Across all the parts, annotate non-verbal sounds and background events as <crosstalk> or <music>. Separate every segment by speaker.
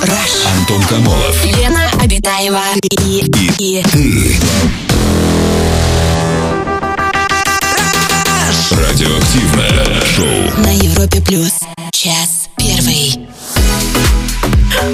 Speaker 1: Rush.
Speaker 2: Антон Камолов.
Speaker 1: Лена Обитаева и, и, и
Speaker 2: Ты. Радиоактивное шоу.
Speaker 1: на Европе плюс час первый.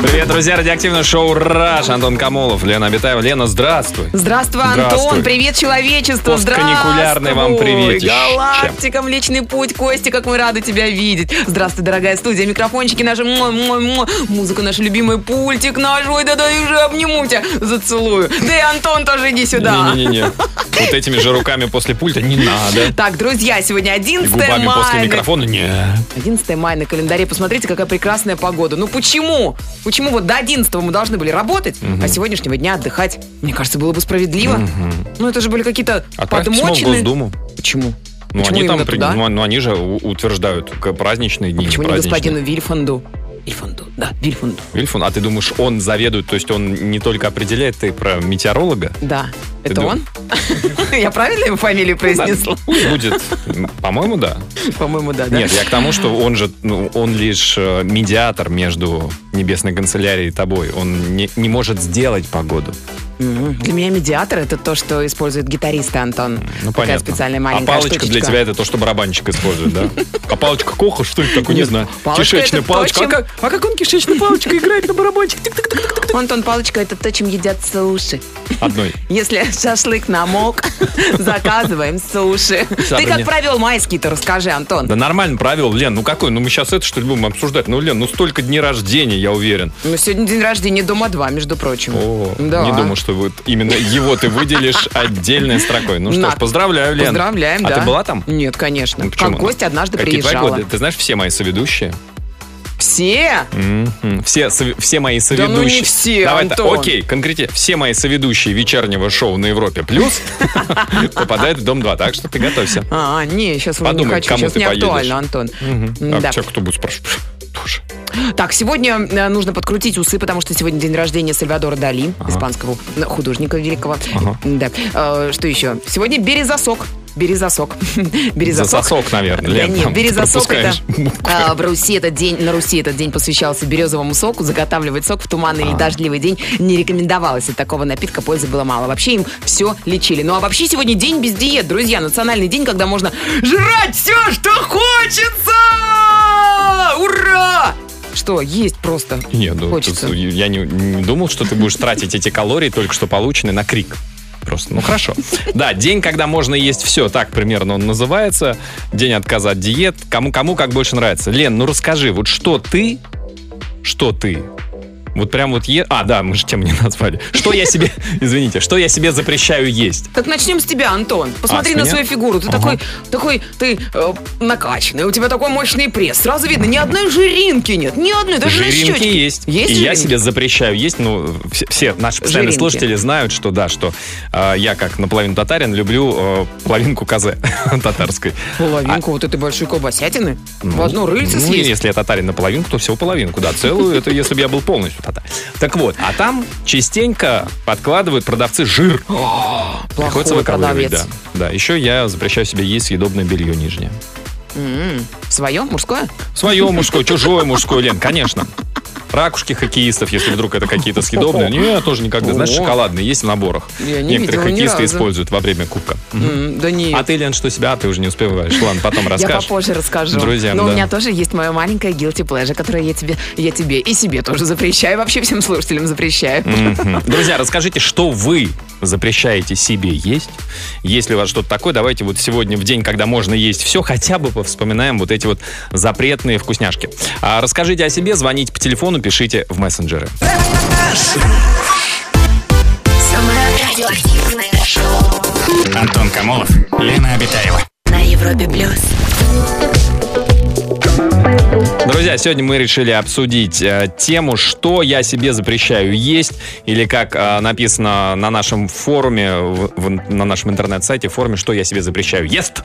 Speaker 3: Привет, друзья, радиоактивное шоу «Раш». Антон Камолов, Лена Обитаева. Лена, здравствуй.
Speaker 4: Здравствуй, Антон.
Speaker 3: Здравствуй.
Speaker 4: Привет, человечество.
Speaker 3: Постканикулярный
Speaker 4: Здравствуй.
Speaker 3: вам приветище.
Speaker 4: Галактика, Млечный Путь. Костя, как мы рады тебя видеть. Здравствуй, дорогая студия. Микрофончики наши. муа, муа, муа. Музыка наша любимая. Пультик наш. Ой, да-да, я уже обниму тебя. Зацелую. Да и Антон тоже иди сюда.
Speaker 3: Не-не-не. Вот этими же руками после пульта не надо.
Speaker 4: Так, друзья, сегодня
Speaker 3: И
Speaker 4: 11
Speaker 3: губами после
Speaker 4: мая.
Speaker 3: микрофона не.
Speaker 4: 11 мая на календаре. Посмотрите, какая прекрасная погода. Ну почему? Почему вот до 11 мы должны были работать, а с сегодняшнего дня отдыхать? Мне кажется, было бы справедливо. Ну это же были какие-то
Speaker 3: Отправьте письмо в
Speaker 4: подмоченные...
Speaker 3: Госдуму.
Speaker 4: Почему?
Speaker 3: Ну,
Speaker 4: Почему
Speaker 3: они там,
Speaker 4: именно
Speaker 3: при-
Speaker 4: туда? А
Speaker 3: ну, а- ну, они же у- утверждают к- праздничные дни.
Speaker 4: Почему не
Speaker 3: праздничные.
Speaker 4: господину Вильфанду? Вильфанду, да, Вильфанду.
Speaker 3: Вильфун, а ты думаешь, он заведует, то есть он не только определяет, ты про метеоролога?
Speaker 4: Да,
Speaker 3: Ты
Speaker 4: это
Speaker 3: дум-
Speaker 4: он? <laughs> Я правильно его фамилию произнесла?
Speaker 3: Пусть будет. По-моему, да.
Speaker 4: По-моему, да, да.
Speaker 3: Нет, я к тому, что он же, ну, он лишь э, медиатор между небесной канцелярией и тобой. Он не, не может сделать погоду.
Speaker 4: Мгм. Для меня медиатор это то, что используют гитаристы, Антон.
Speaker 3: Ну,
Speaker 4: Такая
Speaker 3: понятно.
Speaker 4: специальная
Speaker 3: а
Speaker 4: маленькая
Speaker 3: палочка для
Speaker 4: штучечка.
Speaker 3: тебя это то, что барабанщик использует, да? А палочка Коха, что это такое, не знаю.
Speaker 4: палочка
Speaker 3: Кишечная
Speaker 4: это то,
Speaker 3: палочка. А
Speaker 4: чем-
Speaker 3: как- А как он кишечной палочкой играет на барабанчик?
Speaker 4: Антон, палочка это то, чем едят суши.
Speaker 3: Одной.
Speaker 4: Если <laughs> шашлык намок, <laughs> заказываем суши. Ты
Speaker 3: Сабрина.
Speaker 4: как провел майский-то, расскажи, Антон.
Speaker 3: Да нормально правил, Лен. Ну какой? Ну мы сейчас это что ли будем обсуждать? Ну, Лен, ну столько дней рождения, я уверен.
Speaker 4: Ну, сегодня день рождения Дома 2, между прочим.
Speaker 3: О,
Speaker 4: Да.
Speaker 3: не думал, что вот именно его ты
Speaker 4: <laughs>
Speaker 3: выделишь отдельной строкой. Ну что ж,
Speaker 4: На.
Speaker 3: поздравляю, Лен.
Speaker 4: Поздравляем,
Speaker 3: А
Speaker 4: да.
Speaker 3: ты была там?
Speaker 4: Нет, конечно.
Speaker 3: Ну, почему?
Speaker 4: как гость однажды
Speaker 3: Какие твои
Speaker 4: приезжала.
Speaker 3: годы? Ты знаешь, все мои соведущие.
Speaker 4: Все?
Speaker 3: Мгм. Все, сов- все мои
Speaker 4: ну
Speaker 3: соведущие.
Speaker 4: не все,
Speaker 3: Давай
Speaker 4: Антон.
Speaker 3: так, окей, конкретно. Все мои соведущие вечернего шоу на Европе
Speaker 4: <laughs>
Speaker 3: Плюс попадают в Дом-2, так что ты готовься.
Speaker 4: А, не, сейчас уже не
Speaker 3: Подумай,
Speaker 4: хочу.
Speaker 3: кому
Speaker 4: Сейчас
Speaker 3: ты
Speaker 4: не
Speaker 3: поедешь.
Speaker 4: актуально, Антон.
Speaker 3: А
Speaker 4: Да.
Speaker 3: тебя кто будет спрашивать? Тоже.
Speaker 4: Так, сегодня э, нужно подкрутить усы, потому что сегодня день рождения Сальвадора Дали, испанского э, художника великого. Да. Э, Что еще? Сегодня березосок. Березосок. <laughs> Березосок.
Speaker 3: Засосок, наверное,
Speaker 4: Да
Speaker 3: Лен.
Speaker 4: нет,
Speaker 3: там
Speaker 4: березосок это...
Speaker 3: пропускаешь муку.
Speaker 4: а, в Руси этот день, на Руси этот день посвящался березовому соку. Заготавливать сок в туманный
Speaker 3: А.
Speaker 4: или дождливый день не рекомендовалось. От такого напитка пользы было мало. Вообще им все лечили. Ну а вообще сегодня день без диет, друзья. Национальный день, когда можно жрать все, что хочется! Ура! Что, есть просто.
Speaker 3: Не, ну,
Speaker 4: Хочется.
Speaker 3: тут я не, не думал, что ты будешь тратить эти калории, только что полученные, на крик. Просто, ну хорошо. Да, день, когда можно есть все, так примерно он называется. День отказа от диет. Кому, кому как больше нравится. Лен, ну расскажи, вот что ты, что ты, вот прям вот е... А, да, мы же тему не назвали. Что я себе, <laughs> извините, что я себе запрещаю есть?
Speaker 4: Так начнем с тебя, Антон. Посмотри
Speaker 3: А, с
Speaker 4: на
Speaker 3: меня?
Speaker 4: свою фигуру. Ты
Speaker 3: Ага.
Speaker 4: такой, такой, ты э, накачанный, у тебя такой мощный пресс. Сразу видно, ни одной жиринки нет, ни одной, даже на
Speaker 3: Жиринки
Speaker 4: щечке.
Speaker 3: есть.
Speaker 4: Есть
Speaker 3: И я
Speaker 4: жиринки?
Speaker 3: себе запрещаю есть. Ну, все, все наши постоянные
Speaker 4: Жиринки.
Speaker 3: слушатели знают, что да, что э, я, как наполовину татарин, люблю э, половинку козы <laughs> татарской.
Speaker 4: Половинку вот этой большой колбасятины? в одну рыльце
Speaker 3: А. Ну,
Speaker 4: съесть?
Speaker 3: если я татарин наполовинку, то всего половинку, да. Целую, это если бы я был полностью татар. Так вот, а там частенько подкладывают продавцы жир.
Speaker 4: Плохой
Speaker 3: Приходится выковыривать, да.
Speaker 4: продавец.
Speaker 3: Да, еще я запрещаю себе есть съедобное белье нижнее.
Speaker 4: Свое? М-м. Мужское?
Speaker 3: Свое мужское, чужое мужское, Лен, конечно. Ракушки хоккеистов, если вдруг это какие-то съедобные. Нет, тоже никогда. Знаешь,
Speaker 4: О.
Speaker 3: шоколадные есть в наборах.
Speaker 4: Я
Speaker 3: Некоторые
Speaker 4: не видела ни
Speaker 3: хоккеисты
Speaker 4: разу.
Speaker 3: используют во время кубка.
Speaker 4: М, Да не.
Speaker 3: А ты, Лен, что себя? А, Ты уже не успеваешь. Ладно, потом
Speaker 4: <laughs> Я
Speaker 3: расскажешь.
Speaker 4: попозже расскажу.
Speaker 3: Друзьям,
Speaker 4: Но
Speaker 3: да.
Speaker 4: у меня тоже есть мое маленькое guilty pleasure, которое я тебе, я тебе и себе тоже запрещаю, вообще всем слушателям запрещаю.
Speaker 3: Мгм. Друзья, расскажите, что вы запрещаете себе есть? Если у вас что-то такое, давайте вот сегодня в день, когда можно есть все, хотя бы повспоминаем вот эти вот запретные вкусняшки. А расскажите о себе, звоните по телефону, пишите в мессенджеры.
Speaker 1: Самое радиоактивное шоу
Speaker 5: Антон Камолов, Лена Обитаева.
Speaker 1: на Европе плюс.
Speaker 3: Друзья, сегодня мы решили обсудить э, тему, что я себе запрещаю есть, или как э, написано на нашем форуме, в- в- на нашем интернет-сайте, в форуме, что я себе запрещаю ест.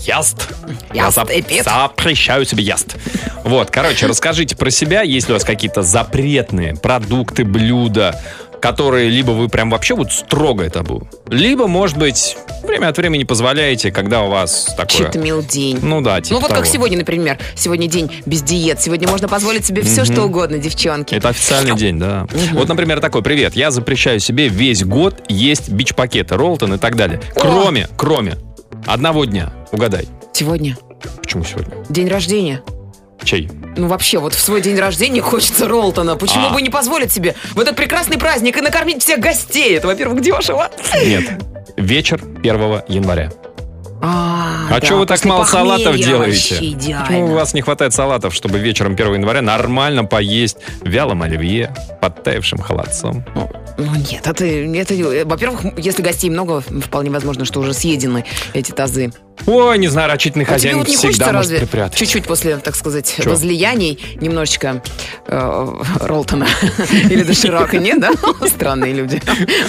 Speaker 3: Яст. Я
Speaker 4: Яст,
Speaker 3: зап-
Speaker 4: эпит.
Speaker 3: запрещаю себе яст. Вот, короче, расскажите про себя, есть ли у вас какие-то запретные продукты, блюда, которые либо вы прям вообще вот строгое табу, либо, может быть, время от времени позволяете, когда у вас такое...
Speaker 4: Читмил день.
Speaker 3: Ну да, типа
Speaker 4: ну вот как
Speaker 3: того.
Speaker 4: сегодня, например. Сегодня день без диет. Сегодня можно позволить себе все, что угодно, девчонки.
Speaker 3: Это официальный день, да. Вот, например, такой, привет, я запрещаю себе весь год есть бич-пакеты, Ролтон и так далее. Кроме, кроме одного дня. Угадай,
Speaker 4: Сегодня
Speaker 3: почему сегодня?
Speaker 4: день рождения.
Speaker 3: Чей?
Speaker 4: Ну вообще, вот в свой день рождения <laughs> хочется Ролтона. Почему
Speaker 3: А.
Speaker 4: бы не позволить себе в этот прекрасный праздник и накормить всех гостей? Это, во-первых, дешево.
Speaker 3: Нет. Вечер 1 января.
Speaker 4: А,
Speaker 3: А
Speaker 4: да,
Speaker 3: чё вы так
Speaker 4: после
Speaker 3: мало салатов
Speaker 4: похмелья
Speaker 3: делаете?
Speaker 4: вообще идеально. Ну,
Speaker 3: Почему у вас не хватает салатов, чтобы вечером 1 января нормально поесть вялым оливье, подтаявшим холодцом?
Speaker 4: Ну нет, это, это, э, во-первых, если гостей много, вполне возможно, что уже съедены эти тазы.
Speaker 3: Ой, не знаю, рачительный
Speaker 4: А тебе
Speaker 3: хозяин
Speaker 4: вот не
Speaker 3: всегда
Speaker 4: хочется
Speaker 3: может
Speaker 4: разве
Speaker 3: припрятать.
Speaker 4: чуть-чуть после, так сказать,
Speaker 3: Чё?
Speaker 4: возлияний немножечко э, Ролтона <laughs> или Доширака? Нет, да? <laughs> Странные люди.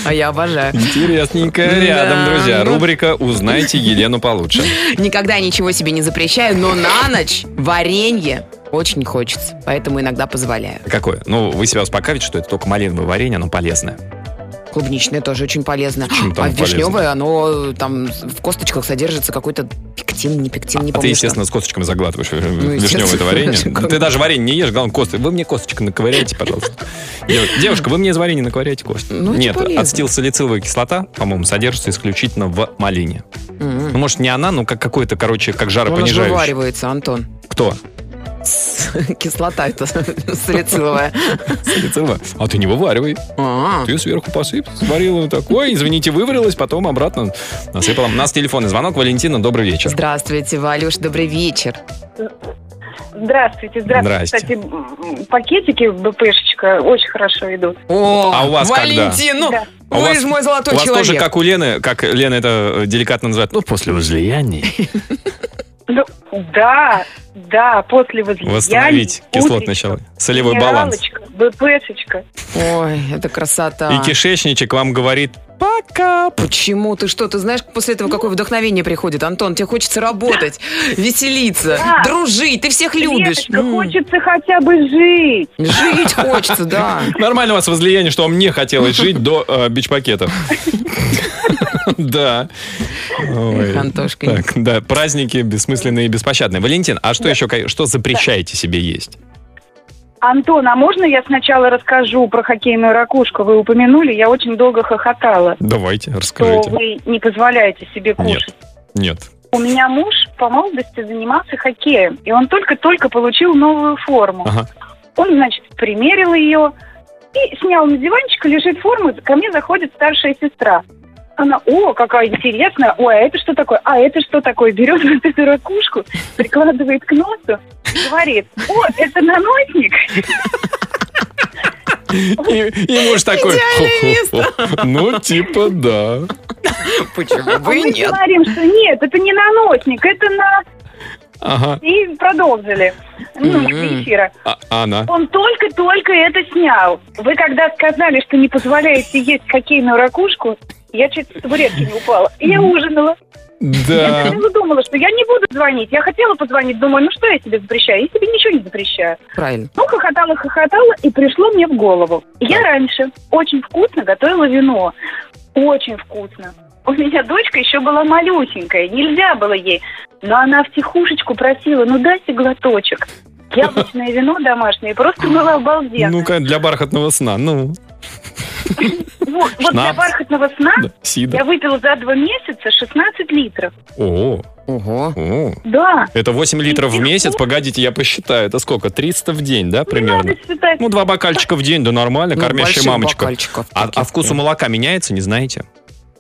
Speaker 4: А я обожаю.
Speaker 3: Интересненько.
Speaker 4: Да,
Speaker 3: Рядом, друзья,
Speaker 4: ну.
Speaker 3: рубрика «Узнайте Елену получше».
Speaker 4: Никогда ничего себе не запрещаю, но на ночь варенье очень хочется, поэтому иногда позволяю.
Speaker 3: Какое? Ну, вы себя успокаиваете, что это только малиновое варенье, оно полезное.
Speaker 4: Клубничное тоже очень полезно.
Speaker 3: Почему там
Speaker 4: а
Speaker 3: полезно?
Speaker 4: вишневое, оно э, там в косточках содержится какой-то пектин, не пектин, не
Speaker 3: а
Speaker 4: помню.
Speaker 3: ты,
Speaker 4: что.
Speaker 3: естественно, с косточками заглатываешь э, вишневое это
Speaker 4: Ну, естественно.
Speaker 3: варенье. Ты даже варенье не ешь, главное, косты. Вы мне косточку наковыряйте, пожалуйста. Дев- Девушка, вы мне из варенья наковыряйте кость.
Speaker 4: Ну, это
Speaker 3: Нет,
Speaker 4: полезно.
Speaker 3: ацетилсалициловая кислота, по-моему, содержится исключительно в малине.
Speaker 4: Мгм.
Speaker 3: Ну, может, не она, но как какое-то, короче, как
Speaker 4: М-м. Оно же
Speaker 3: жаропонижающее.
Speaker 4: вываривается, Антон. <laughs>
Speaker 3: Кто?
Speaker 4: Кислота это <laughs> салициловая.
Speaker 3: Салициловая? А ты не вываривай.
Speaker 4: А,
Speaker 3: Ты сверху посыпь, сварила такое, извините, выварилась, потом обратно насыпала. У нас телефонный звонок. Валентина, добрый вечер.
Speaker 4: Здравствуйте, Валюш, добрый вечер.
Speaker 6: Здравствуйте, здравствуйте.
Speaker 3: Здрасте.
Speaker 6: Кстати, м, м, пакетики БПшечка очень хорошо идут.
Speaker 4: О,
Speaker 3: А у вас когда?
Speaker 4: Валентин, ну,
Speaker 6: Да.
Speaker 3: А у
Speaker 4: вы
Speaker 3: вас-
Speaker 4: же мой золотой
Speaker 3: У вас
Speaker 4: человек.
Speaker 3: тоже, как у Лены, как Лена это э, деликатно называет, ну, после возлияний.
Speaker 6: Ну, да, да, после возлияния.
Speaker 3: Восстановить кислотный щелок, солевой баланс.
Speaker 6: БПшечка.
Speaker 4: Ой, это красота.
Speaker 3: И кишечничек вам говорит пока.
Speaker 4: Почему? Ты что? Ты знаешь, после этого какое вдохновение приходит? Антон, тебе
Speaker 3: <laughs>
Speaker 4: хочется работать, веселиться,
Speaker 6: Да.
Speaker 4: дружить. Ты всех любишь.
Speaker 6: Светочка,
Speaker 4: М.
Speaker 6: хочется хотя бы жить.
Speaker 3: <laughs>
Speaker 4: Жить хочется, да.
Speaker 3: Нормально у вас возлияние, что вам не хотелось жить до э, бич-пакетов. <laughs> Да. Ой.
Speaker 4: Эх, Антошка.
Speaker 3: Так, да, праздники бессмысленные и беспощадные. Валентин, а что еще, ка- что запрещаете себе есть?
Speaker 6: Антон, а можно я сначала расскажу про хоккейную ракушку? Вы упомянули, я очень долго хохотала,
Speaker 3: Давайте,
Speaker 6: что
Speaker 3: расскажите.
Speaker 6: вы не позволяете себе
Speaker 3: Нет.
Speaker 6: кушать.
Speaker 3: Нет.
Speaker 6: У меня муж по молодости занимался хоккеем, и он только-только получил новую форму.
Speaker 3: Ага.
Speaker 6: Он, значит, примерил ее и снял на диванчик, лежит форма, ко мне заходит старшая сестра. Она, о, какая интересная, ой, а это что такое, а это что такое? Берет вот эту ракушку, прикладывает к носу, говорит, о, это наносник.
Speaker 3: И, и муж такой. «Хо-хо-хо». Ну, типа, да.
Speaker 4: Почему
Speaker 6: А
Speaker 4: бы и
Speaker 6: мы
Speaker 4: нет?
Speaker 6: говорим, что нет, это не наносник, это на...
Speaker 3: Ага.
Speaker 6: И продолжили. Ну,
Speaker 4: Мгм.
Speaker 6: до эфира.
Speaker 3: А- а она.
Speaker 6: Он только-только это снял. Вы когда сказали, что не позволяете есть хоккейную ракушку, я чуть с табуретки не упала. И Я ужинала. Я
Speaker 3: Да.
Speaker 6: сначала думала, что я не буду звонить. Я хотела позвонить, думаю, ну что я тебе запрещаю? Я тебе ничего не запрещаю.
Speaker 4: Правильно.
Speaker 6: Ну, хохотала, хохотала, и пришло мне в голову. Я раньше очень вкусно готовила вино. Очень вкусно. У меня дочка еще была малюсенькая, нельзя было ей. Но она втихушечку просила, ну
Speaker 3: <laughs>
Speaker 6: дайте глоточек. Яблочное вино домашнее просто было обалденно.
Speaker 3: Ну-ка, для бархатного сна. Ну,
Speaker 6: Вот, вот для
Speaker 3: Шнапс.
Speaker 6: бархатного сна
Speaker 3: да, сида.
Speaker 6: я выпила за два месяца 16 литров.
Speaker 3: О,
Speaker 4: Ого.
Speaker 3: о.
Speaker 6: Да,
Speaker 3: Это 8 литров в месяц? Погодите, я посчитаю. Это сколько? 300 в день, да,
Speaker 6: не
Speaker 3: примерно?
Speaker 6: надо считать.
Speaker 3: Ну, два бокальчика в день, да нормально,
Speaker 4: Ну,
Speaker 3: кормящая
Speaker 4: больших
Speaker 3: мамочка.
Speaker 4: бокальчиков
Speaker 3: А,
Speaker 4: таких.
Speaker 3: а вкус у молока меняется, не знаете?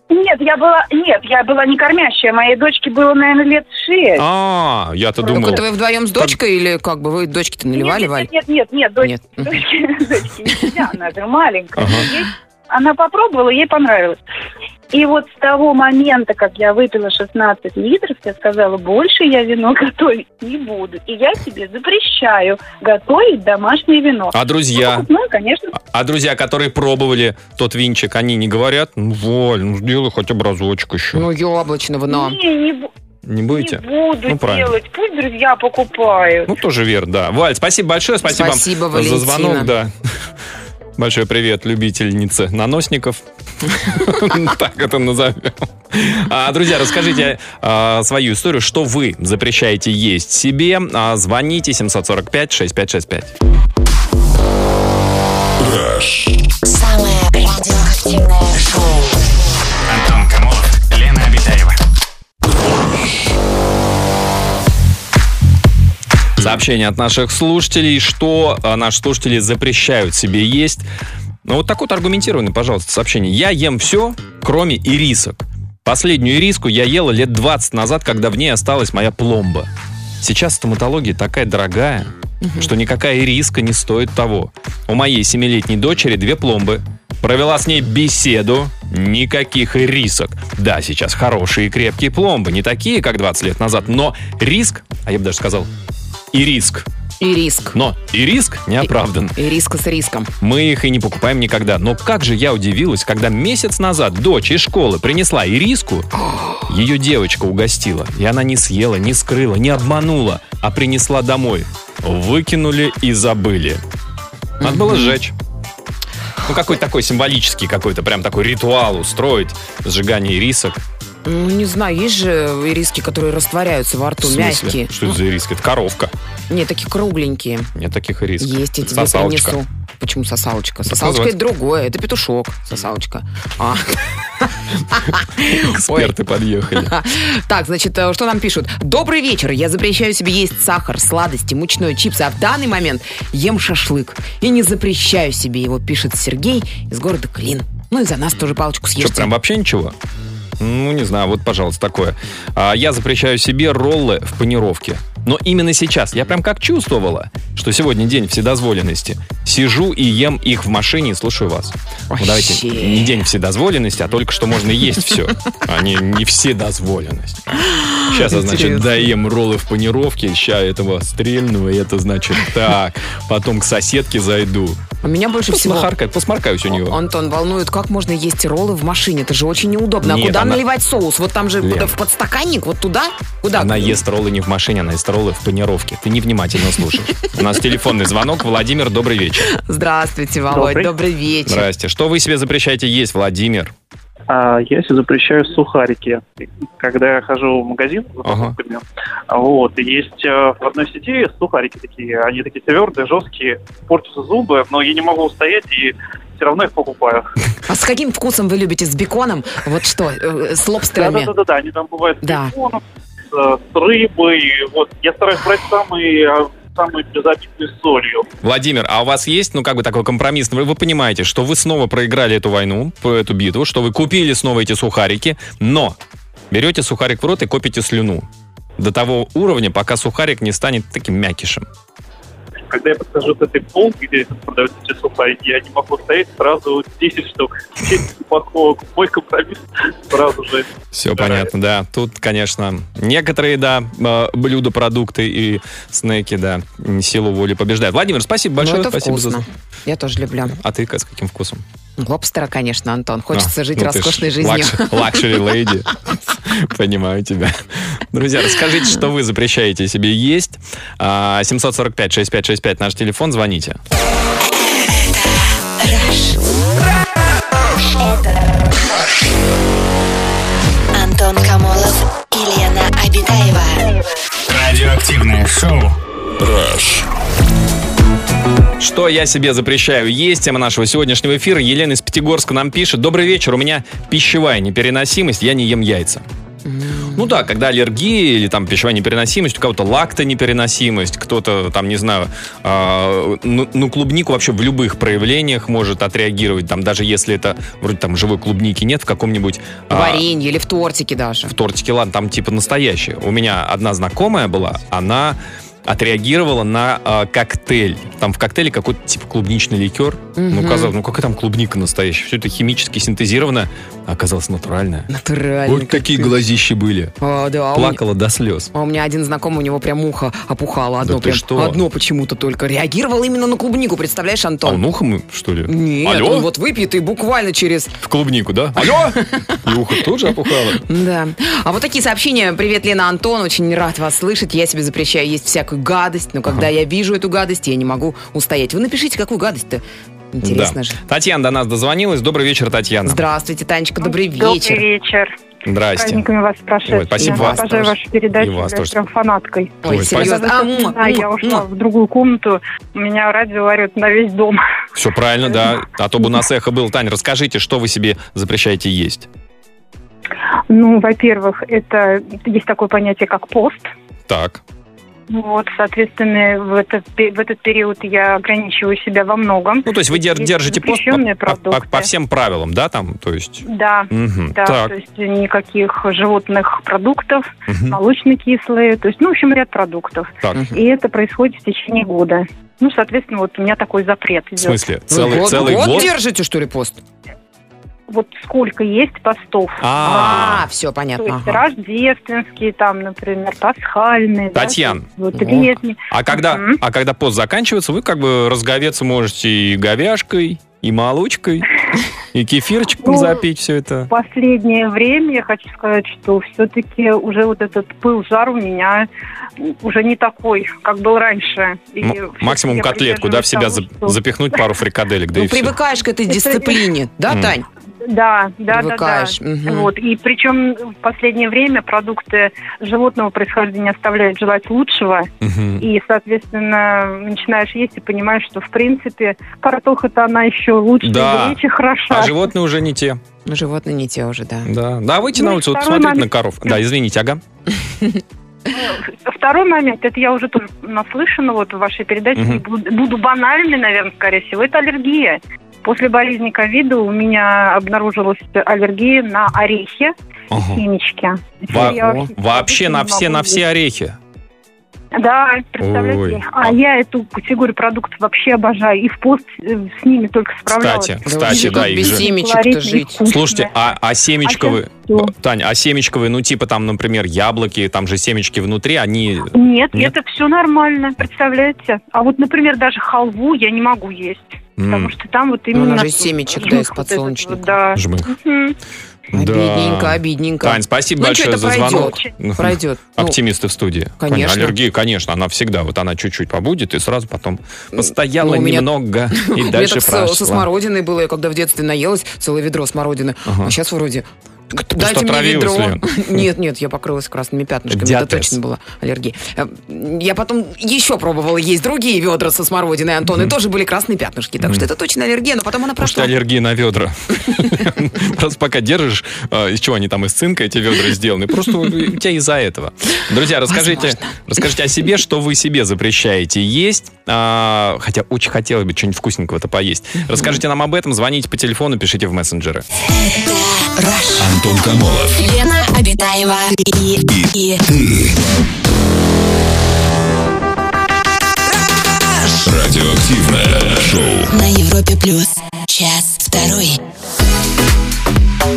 Speaker 6: Нет, я была, нет, я была не кормящая. Моей дочке было, наверное, лет шесть.
Speaker 3: А, я-то
Speaker 4: Только
Speaker 3: думал.
Speaker 4: это вы вдвоем с дочкой или как бы вы дочки-то наливали,
Speaker 6: нет,
Speaker 4: Валь?
Speaker 6: нет, нет, нет, нет, дочь-
Speaker 4: Нет.
Speaker 6: <laughs> дочке, дочке
Speaker 3: <laughs>
Speaker 6: нельзя, она же маленькая.
Speaker 3: Ага.
Speaker 6: Ей- Она попробовала, ей понравилось. И вот с того момента, как я выпила 16 литров, я сказала, больше я вино готовить не буду. И я себе запрещаю готовить домашнее вино.
Speaker 3: А друзья,
Speaker 6: Ну, конечно,
Speaker 3: а друзья, которые пробовали тот винчик, они не говорят, ну, Валь, ну, сделай хоть образочек еще.
Speaker 4: Ну, яблочного вина.
Speaker 6: не, не, бу-
Speaker 3: не
Speaker 6: не
Speaker 3: будете?
Speaker 6: буду
Speaker 3: а Ну, правильно.
Speaker 6: делать. Пусть друзья покупают.
Speaker 3: Ну, тоже верно, да. Валь, спасибо большое, спасибо,
Speaker 4: Спасибо,
Speaker 3: вам за
Speaker 4: Валентина.
Speaker 3: звонок, да. Большой привет любительнице наносников. <laughs> Так это назовем. А, Друзья, расскажите а, свою историю, что вы запрещаете есть себе. А, Звоните 745-6565.
Speaker 1: Самое радиоактивное шоу.
Speaker 5: Антон Камолов, Лена Обитаева.
Speaker 3: Сообщение от наших слушателей, что а, наши слушатели запрещают себе есть. Ну, вот такое вот аргументированное, пожалуйста, сообщение. Я ем все, кроме ирисок. Последнюю ириску я ела лет 20 назад, когда в ней осталась моя пломба. Сейчас стоматология такая дорогая, что никакая ириска не стоит того. У моей семилетней дочери две пломбы. Провела с ней беседу. Никаких рисок. Да, сейчас хорошие и крепкие пломбы. Не такие, как 20 лет назад, но риск, а я бы даже сказал, и риск.
Speaker 4: И риск.
Speaker 3: Но и риск не оправдан.
Speaker 4: И риска с риском.
Speaker 3: Мы их и не покупаем никогда. Но как же я удивилась, когда месяц назад дочь из школы принесла ириску, ее девочка угостила, и она не съела, не скрыла, не обманула, а принесла домой. Выкинули и забыли. Надо было сжечь. Ну, какой-то такой символический какой-то, прям такой ритуал устроить, сжигание ирисок.
Speaker 4: Ну, не знаю, есть же риски, которые растворяются во рту,
Speaker 3: В смысле?
Speaker 4: мягкие.
Speaker 3: Что это за ириски? Это коровка.
Speaker 4: Нет, такие кругленькие.
Speaker 3: Нет таких ирисок.
Speaker 4: Есть, я тебе
Speaker 3: Сосалочка.
Speaker 4: принесу. Почему сосалочка? Сосалочка
Speaker 3: называется.
Speaker 4: это другое, это петушок, сосалочка. А.
Speaker 3: Эксперты подъехали.
Speaker 4: Так, значит, э, что нам пишут? Добрый вечер, я запрещаю себе есть сахар, сладости, мучное, чипсы, а в данный момент ем шашлык. И не запрещаю себе его, пишет Сергей из города Клин. Ну и за нас тоже палочку
Speaker 3: Что,
Speaker 4: съешьте.
Speaker 3: прям вообще ничего? Ну, не знаю, вот, пожалуйста, такое. А, я запрещаю себе роллы в панировке. Но именно сейчас я прям как чувствовала, что сегодня день вседозволенности. Сижу и ем их в машине и слушаю вас. Ну,
Speaker 4: Вообще.
Speaker 3: давайте не день вседозволенности, а только что можно есть все, а не, не вседозволенность. Сейчас я, значит,
Speaker 4: Интересно.
Speaker 3: доем роллы в панировке, ща этого стрельного, и это значит так. Потом к соседке зайду.
Speaker 4: А меня больше всего...
Speaker 3: Посмахаркаю, посморкаюсь у него.
Speaker 4: Антон, волнует, как можно есть роллы в машине? Это же очень неудобно.
Speaker 3: Нет,
Speaker 4: а куда
Speaker 3: она-
Speaker 4: наливать соус? Вот там же
Speaker 3: Лен.
Speaker 4: куда, в подстаканник? Вот туда? Куда?
Speaker 3: Она ест роллы не в машине, она ест роллы в панировке. Ты невнимательно слушаешь. У нас телефонный звонок. Владимир, добрый вечер.
Speaker 4: <laughs> Здравствуйте, Володь. Добрый,
Speaker 7: Добрый.
Speaker 4: вечер.
Speaker 3: Здрасте. Что вы себе запрещаете есть, Владимир?
Speaker 7: А, я себе запрещаю сухарики. Когда я хожу в магазин за
Speaker 3: Ага.
Speaker 7: покупками, вот, и есть э, в одной сети сухарики такие, они такие твердые, жесткие, портятся зубы, но я не могу устоять и все равно их покупаю.
Speaker 4: А с каким вкусом вы любите? С беконом? Вот что? э, С лобстерами?
Speaker 7: Да-да-да, они там бывают с
Speaker 4: Да. Ну,
Speaker 7: беконом, с, э, с рыбой. Вот, я стараюсь брать самые, э, самые безобидные с солью.
Speaker 3: Владимир, а у вас есть, ну, как бы такой компромисс? Вы, вы понимаете, что вы снова проиграли эту войну, п- эту битву, что вы купили снова эти сухарики, но берете сухарик в рот и копите слюну до того уровня, пока сухарик не станет таким мякишем.
Speaker 7: Когда я подхожу к этой полке, где продаются эти сухарики, я не могу устоять сразу 10 штук, 10 упаковок. Мой компромисс сразу же
Speaker 3: Все
Speaker 7: Да.
Speaker 3: понятно, да. Тут, конечно, некоторые, да, э, блюда, продукты и снеки, да, силу воли побеждают. Владимир, спасибо большое.
Speaker 4: ну, это
Speaker 3: спасибо
Speaker 4: вкусно.
Speaker 3: за...
Speaker 4: Я тоже люблю.
Speaker 3: А ты как, с каким вкусом?
Speaker 4: Лобстера, конечно, Антон. Хочется
Speaker 3: А,
Speaker 4: жить
Speaker 3: ну ты ж
Speaker 4: роскошной жизнью.
Speaker 3: лакш- Лакшери леди. Понимаю тебя. Друзья, расскажите, что вы запрещаете себе есть. А, 745-6565 наш телефон, звоните.
Speaker 1: Антон Камолов и Лена Обитаева.
Speaker 5: Радиоактивное шоу.
Speaker 3: Что я себе запрещаю есть? Тема нашего сегодняшнего эфира. Елена из Пятигорска нам пишет. Добрый вечер, у меня пищевая непереносимость, я не ем яйца. Ну да, когда аллергия или там пищевая непереносимость, у кого-то лактонепереносимость, кто-то там, не знаю, а, ну, ну, клубнику вообще в любых проявлениях может отреагировать, там даже если это вроде там живой клубники нет, в каком-нибудь... а,
Speaker 4: <laughs> Варенье или в тортике даже.
Speaker 3: в тортике, ладно, там типа настоящие. У меня одна знакомая была, она отреагировала на э, коктейль. Там в коктейле какой-то типа клубничный ликер. Ну,
Speaker 4: Мгм.
Speaker 3: казалось, ну какая там клубника настоящая? Все это химически синтезировано, а оказалось натуральное.
Speaker 4: Натурально.
Speaker 3: Вот какие глазищи были.
Speaker 4: А, да, а у меня-
Speaker 3: Плакала до слез.
Speaker 4: а у меня один знакомый, у него прям ухо опухало. Одно
Speaker 3: ты
Speaker 4: прям,
Speaker 3: что?
Speaker 4: Одно почему-то только. Реагировал именно на клубнику, представляешь,
Speaker 3: А
Speaker 4: Антон?
Speaker 3: он ухом, что ли?
Speaker 4: Нет,
Speaker 3: Алло?
Speaker 4: он вот выпьет и буквально через...
Speaker 3: В клубнику, да? Алло! <laughs> И ухо тоже опухало.
Speaker 4: Да. А вот такие сообщения. Привет, Лена, Антон. Очень рад вас слышать. Я себе запрещаю есть всякую гадость, но когда я вижу эту гадость, я не могу устоять. Вы напишите, какую гадость-то Интересно
Speaker 3: Да.
Speaker 4: же.
Speaker 3: Татьяна до нас дозвонилась. Добрый вечер, Татьяна.
Speaker 4: Здравствуйте, Танечка, добрый
Speaker 8: Добрый
Speaker 4: вечер.
Speaker 8: вечер.
Speaker 6: С
Speaker 3: Здрасте.
Speaker 6: праздниками вас прошедшими.
Speaker 3: Ой, спасибо
Speaker 6: Я
Speaker 3: вас
Speaker 6: Обожаю
Speaker 3: тоже.
Speaker 6: вашу передачу.
Speaker 3: И вас
Speaker 6: я
Speaker 3: тоже.
Speaker 6: прям фанаткой.
Speaker 3: Ой,
Speaker 4: Ой, серьезно. А, м,
Speaker 6: Да, я
Speaker 4: м,
Speaker 6: ушла
Speaker 4: м.
Speaker 6: в другую комнату. У меня радио орет на весь дом. <laughs>
Speaker 3: Все правильно, да. А то бы у нас эхо был. Тань, расскажите, что вы себе запрещаете есть?
Speaker 6: Ну, во-первых, это есть такое понятие, как пост.
Speaker 3: Так.
Speaker 6: Вот, соответственно, в этот, пе- в этот период я ограничиваю себя во многом.
Speaker 3: Ну, то есть вы дер-
Speaker 6: Есть
Speaker 3: держите пост по,
Speaker 6: запрещенные
Speaker 3: по- по-
Speaker 6: продукты.
Speaker 3: по всем правилам, да, там, то есть...
Speaker 6: Да,
Speaker 3: Мгм,
Speaker 6: да,
Speaker 3: так.
Speaker 6: то есть никаких животных продуктов,
Speaker 3: мгм,
Speaker 6: молочно-кислые, то есть, ну, в общем, ряд продуктов.
Speaker 3: так.
Speaker 4: Мгм.
Speaker 6: И это происходит в течение года. Ну, соответственно, вот у меня такой запрет
Speaker 3: В
Speaker 6: идет.
Speaker 3: смысле?
Speaker 4: Вы
Speaker 3: Целый,
Speaker 4: год,
Speaker 3: целый год?
Speaker 4: держите, что ли, пост?
Speaker 6: Вот сколько есть постов.
Speaker 3: А,
Speaker 4: А, все,
Speaker 6: То
Speaker 4: понятно.
Speaker 6: есть
Speaker 4: ага.
Speaker 6: рождественские, там, например, пасхальные. да,
Speaker 3: Татьян.
Speaker 6: то есть вот
Speaker 4: О.
Speaker 6: летние.
Speaker 3: А когда,
Speaker 6: Мгм.
Speaker 3: а когда пост заканчивается, вы как бы разговеться можете и говяжкой, и молочкой, и кефирчиком
Speaker 6: Ну,
Speaker 3: запить все это.
Speaker 6: В последнее время я хочу сказать, что все-таки уже вот этот пыл, жар у меня уже не такой, как был раньше. И
Speaker 3: М-
Speaker 6: всё-таки
Speaker 3: Максимум
Speaker 6: я
Speaker 3: котлетку, да, в себя
Speaker 6: придерживаюсь
Speaker 3: за-
Speaker 6: того, что-
Speaker 3: запихнуть пару фрикаделек, да
Speaker 4: ну,
Speaker 3: и все.
Speaker 4: привыкаешь к этой
Speaker 6: Это-
Speaker 4: дисциплине, да,
Speaker 3: М.
Speaker 4: Тань?
Speaker 6: Да, да, да, да.
Speaker 4: привыкаешь. мгм.
Speaker 6: Вот. И причем в последнее время продукты животного происхождения оставляют желать лучшего. И, соответственно, начинаешь есть и понимаешь, что, в принципе, картоха-то она еще лучше,
Speaker 3: Да.
Speaker 6: гречи хороша.
Speaker 3: А животные уже не те.
Speaker 4: Ну, Животные не те уже, да.
Speaker 3: Да. Да, выйти
Speaker 6: Ну
Speaker 3: на
Speaker 6: и
Speaker 3: улицу, вот
Speaker 6: второй
Speaker 3: смотреть на
Speaker 6: момент.
Speaker 3: коров. Да, извините, ага.
Speaker 6: Второй момент, это я уже тоже наслышана вот в вашей передаче,
Speaker 3: Мгм.
Speaker 6: и буду, буду банальной, наверное, скорее всего, это аллергия. После болезни ковида у меня обнаружилась аллергия на орехи,
Speaker 3: Ага.
Speaker 6: семечки.
Speaker 3: Во-
Speaker 6: Ну, Я
Speaker 3: Вообще на
Speaker 6: не
Speaker 3: все,
Speaker 6: могу
Speaker 3: на все орехи.
Speaker 6: Да, представляете?
Speaker 3: Ой.
Speaker 6: А я эту категорию продуктов вообще обожаю. И в пост э, с ними только справлялась.
Speaker 3: Кстати,
Speaker 4: Да
Speaker 3: кстати,
Speaker 4: вообще
Speaker 3: да,
Speaker 4: как
Speaker 3: их
Speaker 4: без
Speaker 3: же.
Speaker 4: семечек-то
Speaker 6: Колоритно и
Speaker 4: жить.
Speaker 6: вкусно.
Speaker 3: Слушайте, а, а семечковые,
Speaker 6: всё.
Speaker 3: Тань, а семечковые, ну типа там, например, яблоки, там же семечки внутри, они...
Speaker 6: Нет,
Speaker 3: Нет?
Speaker 6: это все нормально, представляете? А вот, например, даже халву я не могу есть, потому
Speaker 3: м,
Speaker 6: что там вот
Speaker 4: Ну, она
Speaker 6: именно...
Speaker 4: же из семечек, да, из
Speaker 6: жир вот этот вот,
Speaker 4: подсолнечника.
Speaker 6: Да.
Speaker 3: жмых.
Speaker 6: Мгм.
Speaker 3: Да.
Speaker 4: Обидненько, обидненько.
Speaker 3: Тань, спасибо
Speaker 4: Ну,
Speaker 3: большое
Speaker 4: ничего,
Speaker 3: за
Speaker 4: это
Speaker 3: звонок.
Speaker 6: пройдет.
Speaker 3: Ну,
Speaker 4: Пройдет. Ну,
Speaker 3: Оптимисты в студии.
Speaker 4: Конечно.
Speaker 3: Аллергия, конечно, она всегда. Вот она чуть-чуть побудет, и сразу потом постояла
Speaker 4: ну, у меня- <laughs>
Speaker 3: немного, и
Speaker 4: у меня
Speaker 3: дальше
Speaker 4: так со, со
Speaker 3: прошла.
Speaker 4: смородиной было, я когда в детстве наелась, целое ведро смородины.
Speaker 3: Ага.
Speaker 4: А сейчас вроде...
Speaker 3: ты
Speaker 4: Дайте
Speaker 3: просто
Speaker 4: мне
Speaker 3: отравилась,
Speaker 4: ведро.
Speaker 3: Лен.
Speaker 4: <laughs> Нет, нет, я покрылась красными пятнышками. Это
Speaker 3: Диатез.
Speaker 4: точно была аллергия. Э, Я потом еще пробовала есть другие ведра со смородиной, Антон, и тоже были красные пятнышки. Так что это точно аллергия, но потом она
Speaker 3: Потому что
Speaker 4: прошла.
Speaker 3: аллергия на ведра. <laughs> Просто пока держишь, э, из чего они там, из цинка эти ведра сделаны. Просто у тебя из-за этого. Друзья, расскажите,
Speaker 4: Возможно.
Speaker 3: расскажите о себе, что вы себе запрещаете есть. А, Хотя очень хотелось бы что-нибудь вкусненького-то поесть. Расскажите нам об этом, звоните по телефону, пишите в мессенджеры.
Speaker 2: Антон Камолов.
Speaker 1: Лена Обитаева и, и,
Speaker 2: Радиоактивное шоу.
Speaker 1: на Европе плюс. Час второй.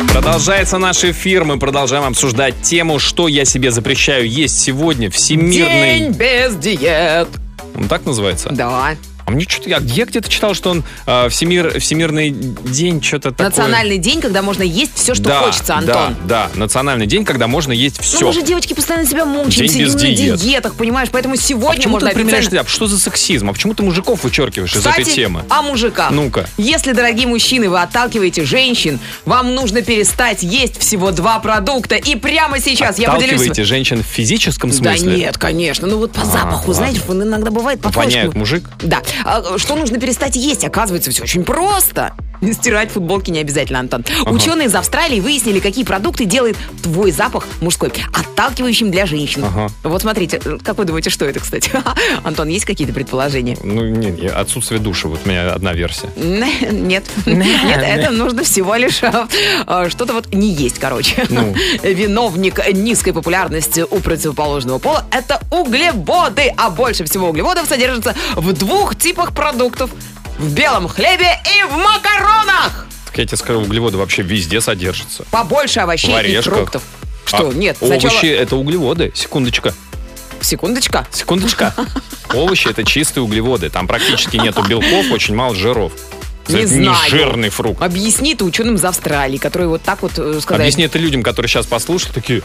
Speaker 3: Продолжается наш эфир. Мы продолжаем обсуждать тему, что я себе запрещаю есть сегодня. Всемирный...
Speaker 4: День без диет.
Speaker 3: Он так называется?
Speaker 4: Да.
Speaker 3: А мне что-то... Я, я где-то читал, что он э, всемир, Всемирный день, что-то такое...
Speaker 4: Национальный день, когда можно есть все, что
Speaker 3: Да,
Speaker 4: хочется, Антон.
Speaker 3: Да, да, национальный день, когда можно есть все.
Speaker 4: Ну, мы же, девочки, постоянно себя мучаем,
Speaker 3: День без
Speaker 4: сидим на
Speaker 3: диет.
Speaker 4: диетах, понимаешь? Поэтому
Speaker 3: а
Speaker 4: сегодня
Speaker 3: почему ты
Speaker 4: можно
Speaker 3: применяешь
Speaker 4: официально...
Speaker 3: это? Что за сексизм? А почему ты мужиков вычеркиваешь из этой
Speaker 4: Кстати, а,
Speaker 3: темы? Ну,
Speaker 4: о мужиках.
Speaker 3: Ну-ка.
Speaker 4: Если, дорогие мужчины, вы отталкиваете женщин, вам нужно перестать есть всего два продукта. И прямо сейчас я поделюсь...
Speaker 3: Отталкиваете женщин в физическом
Speaker 4: Да
Speaker 3: смысле?
Speaker 4: нет, конечно. Ну вот по
Speaker 3: А,
Speaker 4: запаху,
Speaker 3: ладно.
Speaker 4: знаете, он иногда бывает по
Speaker 3: Воняет
Speaker 4: флешку.
Speaker 3: мужик?
Speaker 4: Да. А, что нужно перестать есть? Оказывается, все очень просто. <laughs> Стирать футболки не обязательно, Антон. Ученые из Австралии выяснили, какие продукты делает твой запах мужской, отталкивающим для женщин.
Speaker 3: Ага.
Speaker 4: Вот смотрите, э, как вы думаете, что это, кстати? <laughs> Антон, есть какие-то предположения?
Speaker 3: Ну, нет, я- отсутствие души. Вот у меня одна версия.
Speaker 4: Нет. Нет, это нужно всего лишь э, э, что-то вот не есть, короче.
Speaker 3: Ну.
Speaker 4: <laughs> Виновник низкой популярности у противоположного пола – это углеводы. А больше всего углеводов содержится в двух типах продуктов. В белом хлебе и в макаронах.
Speaker 3: Так я тебе скажу, углеводы вообще везде содержатся.
Speaker 4: Побольше овощей
Speaker 3: В
Speaker 4: и
Speaker 3: орешках.
Speaker 4: фруктов. Что?
Speaker 3: А,
Speaker 4: Нет,
Speaker 3: Овощи
Speaker 4: сначала...
Speaker 3: это углеводы. Секундочка.
Speaker 4: Секундочка. <laughs>
Speaker 3: Секундочка. Овощи это чистые углеводы. Там практически нету белков, очень мало жиров.
Speaker 4: Не
Speaker 3: Это
Speaker 4: знаю.
Speaker 3: жирный фрукт.
Speaker 4: Объясни это ученым из Австралии, которые вот так вот э, сказали.
Speaker 3: Объясни это людям, которые сейчас послушали, такие,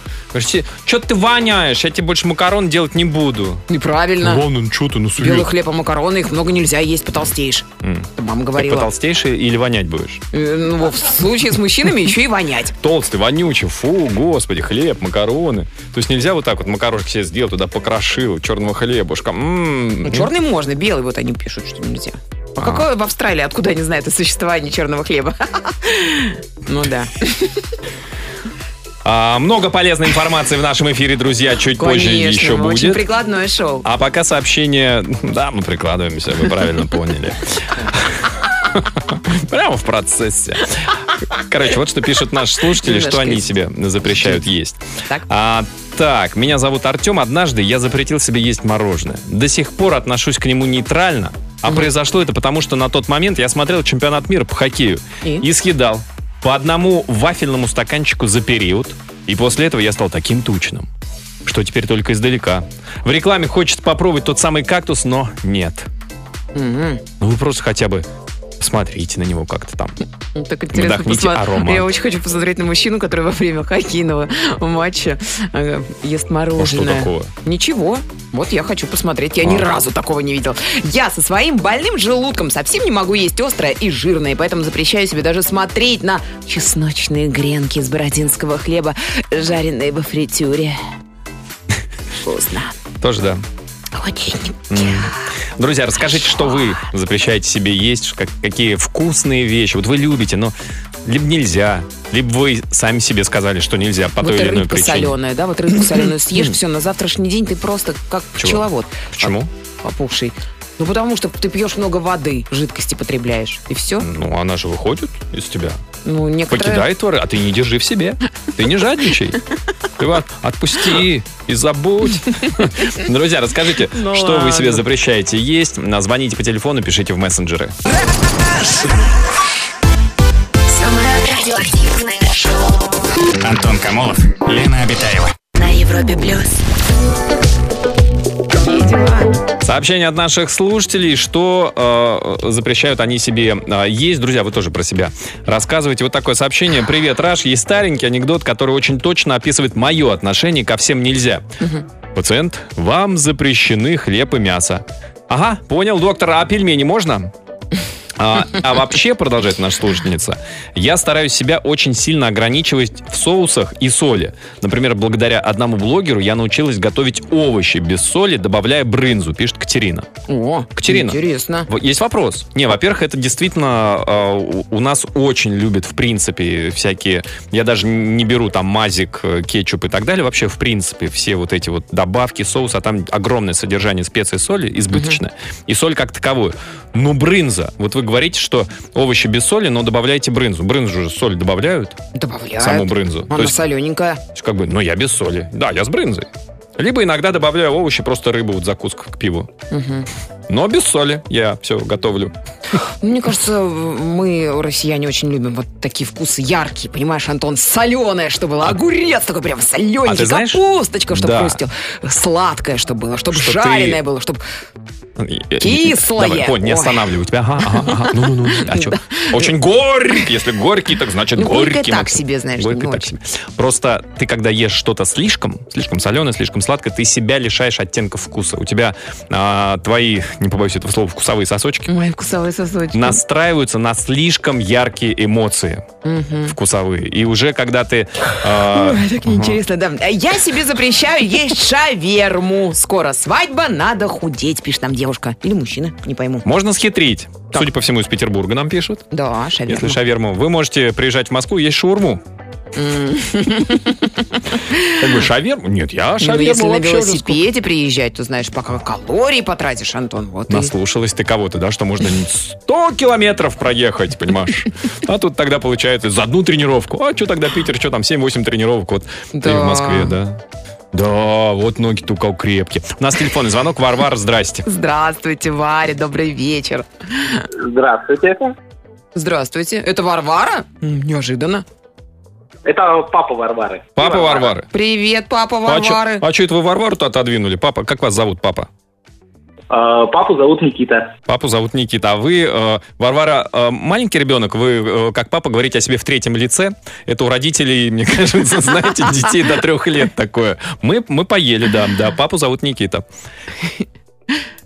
Speaker 3: что ты воняешь, я тебе больше макарон делать не буду.
Speaker 4: Неправильно.
Speaker 3: Вон он, что ты, ну сует.
Speaker 4: Белый хлеб и макароны, их много нельзя есть, потолстеешь.
Speaker 3: М.
Speaker 4: Это Мама
Speaker 3: Так
Speaker 4: говорила.
Speaker 3: потолстейший или вонять будешь?
Speaker 4: Э, Ну, во, в случае с мужчинами еще и вонять.
Speaker 3: Толстый, вонючий, фу, господи, хлеб, макароны. То есть нельзя вот так вот макарошки себе сделал, туда покрошил, черного хлебушка. м-м-м. М.
Speaker 4: Ну, черный можно, белый вот они пишут, что нельзя. А какое в Австралии, откуда они знают о существовании черного хлеба? <laughs> Ну да.
Speaker 3: А, много полезной информации в нашем эфире, друзья, чуть позже еще
Speaker 4: Конечно, очень
Speaker 3: будет.
Speaker 4: прикладное шоу.
Speaker 3: А пока сообщение... Да, мы прикладываемся, вы правильно поняли. Прямо в процессе. Короче, вот что пишут наши слушатели, что они себе запрещают есть.
Speaker 4: Так.
Speaker 3: А, так, меня зовут Артем. Однажды я запретил себе есть мороженое. До сих пор отношусь к нему нейтрально. А произошло это потому, что на тот момент я смотрел чемпионат мира по хоккею
Speaker 4: И?
Speaker 3: А, и съедал по одному вафельному стаканчику за период. И после этого я стал таким тучным, что теперь только издалека. В рекламе хочется попробовать тот самый кактус, но нет.
Speaker 4: Мгм.
Speaker 3: Ну вы просто хотя бы смотрите на него как-то там.
Speaker 4: Ну, Так интересно
Speaker 3: Вдохните
Speaker 4: посмотреть.
Speaker 3: аромат.
Speaker 4: Я очень хочу посмотреть на мужчину, который во время хоккейного матча э, ест
Speaker 3: Ну, что
Speaker 4: мороженое.
Speaker 3: такого?
Speaker 4: Ничего. Вот я хочу посмотреть. Я ни
Speaker 3: А.
Speaker 4: разу такого не видел. Я со своим больным желудком совсем не могу есть острое и жирное, поэтому запрещаю себе даже смотреть на чесночные гренки из бородинского хлеба, жареные во фритюре. Вкусно.
Speaker 3: Тоже да.
Speaker 4: Очень.
Speaker 3: Друзья, расскажите, что вы запрещаете себе есть, как- какие вкусные вещи. Вот вы любите, но либо нельзя, либо вы сами себе сказали, что нельзя по той
Speaker 4: вот
Speaker 3: или иной
Speaker 4: рыбка
Speaker 3: причине.
Speaker 4: соленая, да? Вот рыбку соленую съешь, все, на завтрашний день ты просто как
Speaker 3: Чего?
Speaker 4: пчеловод.
Speaker 3: Почему?
Speaker 4: опухший. Ну, потому что ты пьешь много воды, жидкости потребляешь, и все.
Speaker 3: Ну, она же выходит из тебя.
Speaker 4: Ну, некоторые...
Speaker 3: Покидай твор, а ты не держи в себе. Ты не жадничай. Ты вот отпусти и
Speaker 4: <laughs>
Speaker 3: забудь. Друзья, расскажите,
Speaker 4: Ну
Speaker 3: что вы себе
Speaker 4: ладно.
Speaker 3: запрещаете есть. На- Звоните по телефону, пишите в мессенджеры.
Speaker 1: Самое радиоактивное шоу
Speaker 5: Антон Камолов, Лена Обитаева.
Speaker 1: на Европе плюс.
Speaker 3: Сообщение от наших слушателей, что э, запрещают они себе э, есть. Друзья, вы тоже про себя рассказывайте. Вот такое сообщение. Привет, Раш. Есть старенький анекдот, который очень точно описывает мое отношение ко всем нельзя. Пациент, вам запрещены хлеб и мясо. Ага, понял, доктор, а пельмени можно? А, а вообще, продолжает наша слушательница, я стараюсь себя очень сильно ограничивать в соусах и соли. Например, благодаря одному блогеру я научилась готовить овощи без соли, добавляя брынзу, пишет Катерина.
Speaker 4: О,
Speaker 3: Катерина.
Speaker 4: Интересно.
Speaker 3: Вот Есть вопрос. Не, во-первых, это действительно э, у- у нас очень любят, в принципе, всякие... Я даже не беру там мазик, э, кетчуп и так далее. Вообще, в принципе, все вот эти вот добавки, соус, а там огромное содержание специй и соли, избыточное. И соль как таковую. Но брынза. Вот вы говорите, что овощи без соли, но добавляйте брынзу. Брынзу же соль добавляют,
Speaker 4: Добавляют.
Speaker 3: саму брынзу.
Speaker 4: А Она
Speaker 3: То есть,
Speaker 4: солененькая.
Speaker 3: как бы, ну я без соли. Да, я с брынзой. Либо иногда добавляю овощи, просто рыбу, вот закуску к пиву.
Speaker 4: Мгм.
Speaker 3: Но без соли я все готовлю.
Speaker 4: Ну, Мне кажется, мы, россияне, очень любим вот такие вкусы яркие, понимаешь, Антон, соленое, что было, огурец такой прям солененький,
Speaker 3: А ты знаешь-
Speaker 4: капусточка, чтобы
Speaker 3: Да.
Speaker 4: хрустел, сладкое, что было, чтобы
Speaker 3: Что ты-
Speaker 4: жареное было, чтобы... Кислое.
Speaker 3: Кислое. Давай, Коль, не
Speaker 4: Ой.
Speaker 3: останавливай тебя. Ага, ага, ага. Ну, ну, ну.
Speaker 4: <laughs>
Speaker 3: А чё? Очень горький. Если горький, так значит
Speaker 4: Ну, горькое
Speaker 3: горький.
Speaker 4: так себе, знаешь,
Speaker 3: Горькое
Speaker 4: не
Speaker 3: так
Speaker 4: очень.
Speaker 3: себе. Просто ты, когда ешь что-то слишком, слишком соленое, слишком сладкое, ты себя лишаешь оттенка вкуса. У тебя а, твои, не побоюсь этого слова, вкусовые сосочки
Speaker 4: Мои вкусовые сосочки.
Speaker 3: настраиваются на слишком яркие эмоции
Speaker 4: Мгм.
Speaker 3: вкусовые. И уже когда ты... а,
Speaker 4: Ой, так неинтересно, да. А Я себе запрещаю <laughs> есть шаверму. Скоро свадьба, надо худеть, пишет нам девушка. Или мужчина, не пойму.
Speaker 3: можно схитрить. Судя по всему, из Петербурга нам пишут.
Speaker 4: Да, шаверма.
Speaker 3: Если шаверму. Вы можете приезжать в Москву и есть шаурму. Как бы шаверму? Нет, я
Speaker 4: Ну, если
Speaker 3: шаверму
Speaker 4: на
Speaker 3: вообще уже сколько-
Speaker 4: велосипеде приезжать, то знаешь, пока калории потратишь, Антон. Вот и-
Speaker 3: Наслушалась ты кого-то, да, что можно 100 километров проехать, понимаешь? А тут тогда получается за одну тренировку. А что тогда Питер, что там, 7-8 тренировок вот ты в
Speaker 4: Да.
Speaker 3: Москве, да? Да, вот ноги только крепкие. У нас телефонный звонок. Варвар, здрасте.
Speaker 4: Здравствуйте, Варя, добрый вечер.
Speaker 7: Здравствуйте.
Speaker 4: Здравствуйте, это Варвара? М, Неожиданно.
Speaker 8: Это папа Варвары.
Speaker 3: Папа Варвары.
Speaker 4: Привет, папа
Speaker 3: А чё-
Speaker 4: Варвары.
Speaker 3: А что это вы Варвару-то отодвинули? Папа, как вас зовут, папа?
Speaker 8: А, Папу зовут Никита.
Speaker 3: Папу зовут Никита, а вы, э, Варвара, э, маленький ребенок, вы, э, как папа, говорите о себе в третьем лице. Это у родителей, мне <laughs> кажется, знаете, детей до трех лет такое. Мы, мы поели, да, да, папу зовут Никита.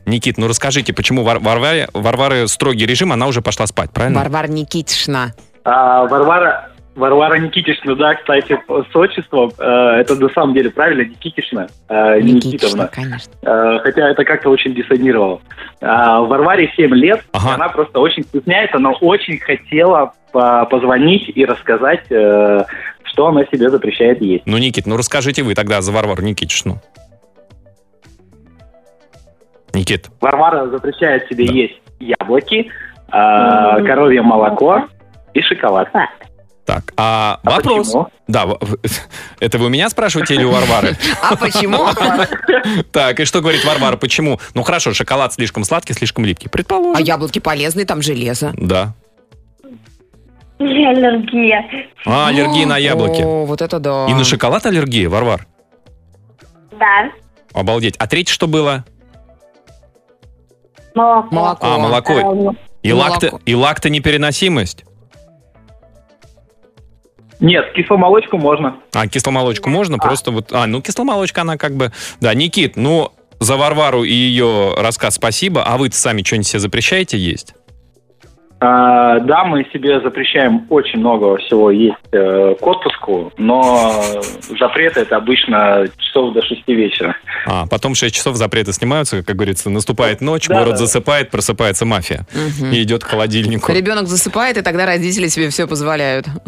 Speaker 3: Никит, ну расскажите, почему Вар- Варваре, Варвары строгий режим, она уже пошла спать, правильно?
Speaker 4: Варвара Никитишна.
Speaker 8: А, Варвара... Варвара Никитишна, да, кстати, с отчеством. Э, Это на самом деле правильно, Никитишна, э,
Speaker 4: Никитишна,
Speaker 8: Никитовна.
Speaker 4: конечно.
Speaker 8: Э, Хотя это как-то очень диссонировало. А, Варваре 7 лет,
Speaker 3: Ага.
Speaker 8: она просто очень стесняется, но очень хотела по- позвонить и рассказать, э, что она себе запрещает есть.
Speaker 3: Ну, Никит, ну расскажите вы тогда за Варвару Никитишну. Никит,
Speaker 8: Варвара запрещает себе
Speaker 3: Да.
Speaker 8: есть яблоки, а, коровье молоко и шоколад.
Speaker 3: так, а,
Speaker 8: А
Speaker 3: вопрос.
Speaker 8: почему?
Speaker 3: Да, в- в- это вы у меня спрашиваете или у
Speaker 4: <laughs>
Speaker 3: Варвары?
Speaker 4: А
Speaker 8: <laughs>
Speaker 4: почему?
Speaker 3: <laughs> Так, и что говорит Варвара, почему? Ну хорошо, шоколад слишком сладкий, слишком липкий.
Speaker 4: А
Speaker 3: Предположим.
Speaker 4: яблоки полезные, там железо.
Speaker 3: Да.
Speaker 9: Аллергия.
Speaker 3: А, аллергия на яблоки.
Speaker 4: О, вот это да.
Speaker 3: И на шоколад аллергия, Варвар?
Speaker 9: Да.
Speaker 3: Обалдеть. А третье что было?
Speaker 9: Молоко.
Speaker 4: Молоко.
Speaker 3: А, молоко. И,
Speaker 4: Молоко.
Speaker 3: лакто, и лактонепереносимость.
Speaker 8: Нет, кисломолочку можно.
Speaker 3: А, кисломолочку можно? Просто вот... А, ну кисломолочка она как бы... Да, Никит, ну за Варвару и ее рассказ спасибо. А вы сами что-нибудь себе запрещаете есть?
Speaker 8: А, да, мы себе запрещаем очень много всего есть э, к отпуску, но запрет это обычно часов до шести вечера.
Speaker 3: А, потом в 6 часов запреты снимаются, как говорится, наступает ночь,
Speaker 8: Да,
Speaker 3: город
Speaker 8: да.
Speaker 3: засыпает, просыпается мафия
Speaker 4: Мгм.
Speaker 3: и идет к холодильнику.
Speaker 4: Ребенок засыпает, и тогда родители себе все позволяют. <laughs>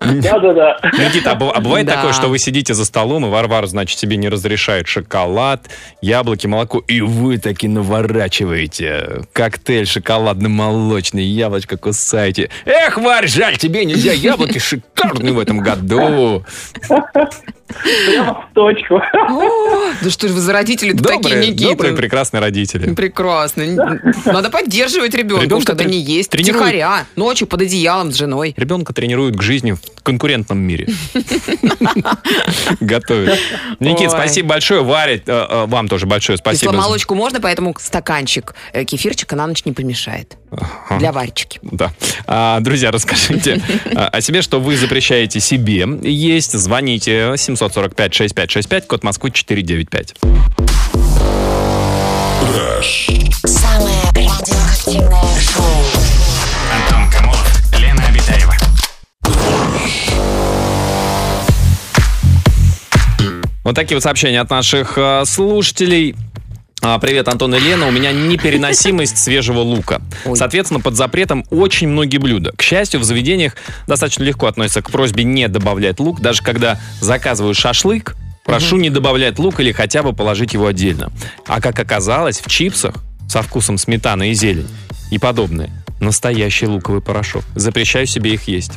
Speaker 8: Да-да-да.
Speaker 3: Никита, а быв- а бывает
Speaker 4: Да.
Speaker 3: такое, что вы сидите за столом, и Варвара, значит, себе не разрешает шоколад, яблоки, молоко, и вы таки наворачиваете коктейль шоколадно-молочный, яблочко кусаете. Эх, Варь, жаль, тебе нельзя яблоки шикарные в этом году.
Speaker 8: Прямо в точку.
Speaker 4: О, Да что ж вы за родители <laughs> такие,
Speaker 3: Добрые, добрые,
Speaker 4: Никита?
Speaker 3: прекрасные родители.
Speaker 4: Прекрасно. Надо поддерживать ребенка,
Speaker 3: Ребенка
Speaker 4: что-то
Speaker 3: трени-
Speaker 4: не есть.
Speaker 3: тренируют.
Speaker 4: Тихоря, ночью под одеялом с женой.
Speaker 3: Ребенка тренируют к жизни в конкурентном мире. Готовят. Никит,
Speaker 4: Ой.
Speaker 3: спасибо большое. Варя, э, э, вам тоже большое спасибо. за-
Speaker 4: Кисломолочку можно, поэтому стаканчик э, кефирчика на ночь не помешает.
Speaker 3: Ага.
Speaker 4: Для Варечки.
Speaker 3: Да. А, друзья, расскажите а, о себе, что вы запрещаете себе есть. Звоните 745-6565, код Москвы 495.
Speaker 1: Самое радиоактивное шоу.
Speaker 5: Антон Камолов, Лена Обитаева.
Speaker 3: Вот такие вот сообщения от наших а, слушателей. А, Привет, Антон и Лена. У меня непереносимость <laughs> свежего лука.
Speaker 4: Ой.
Speaker 3: Соответственно, под запретом очень многие блюда. К счастью, в заведениях достаточно легко относятся к просьбе не добавлять лук. Даже когда заказываю шашлык, прошу не добавлять лук или хотя бы положить его отдельно. А как оказалось, в чипсах со вкусом сметаны и зелень и подобное настоящий луковый порошок. Запрещаю себе их есть.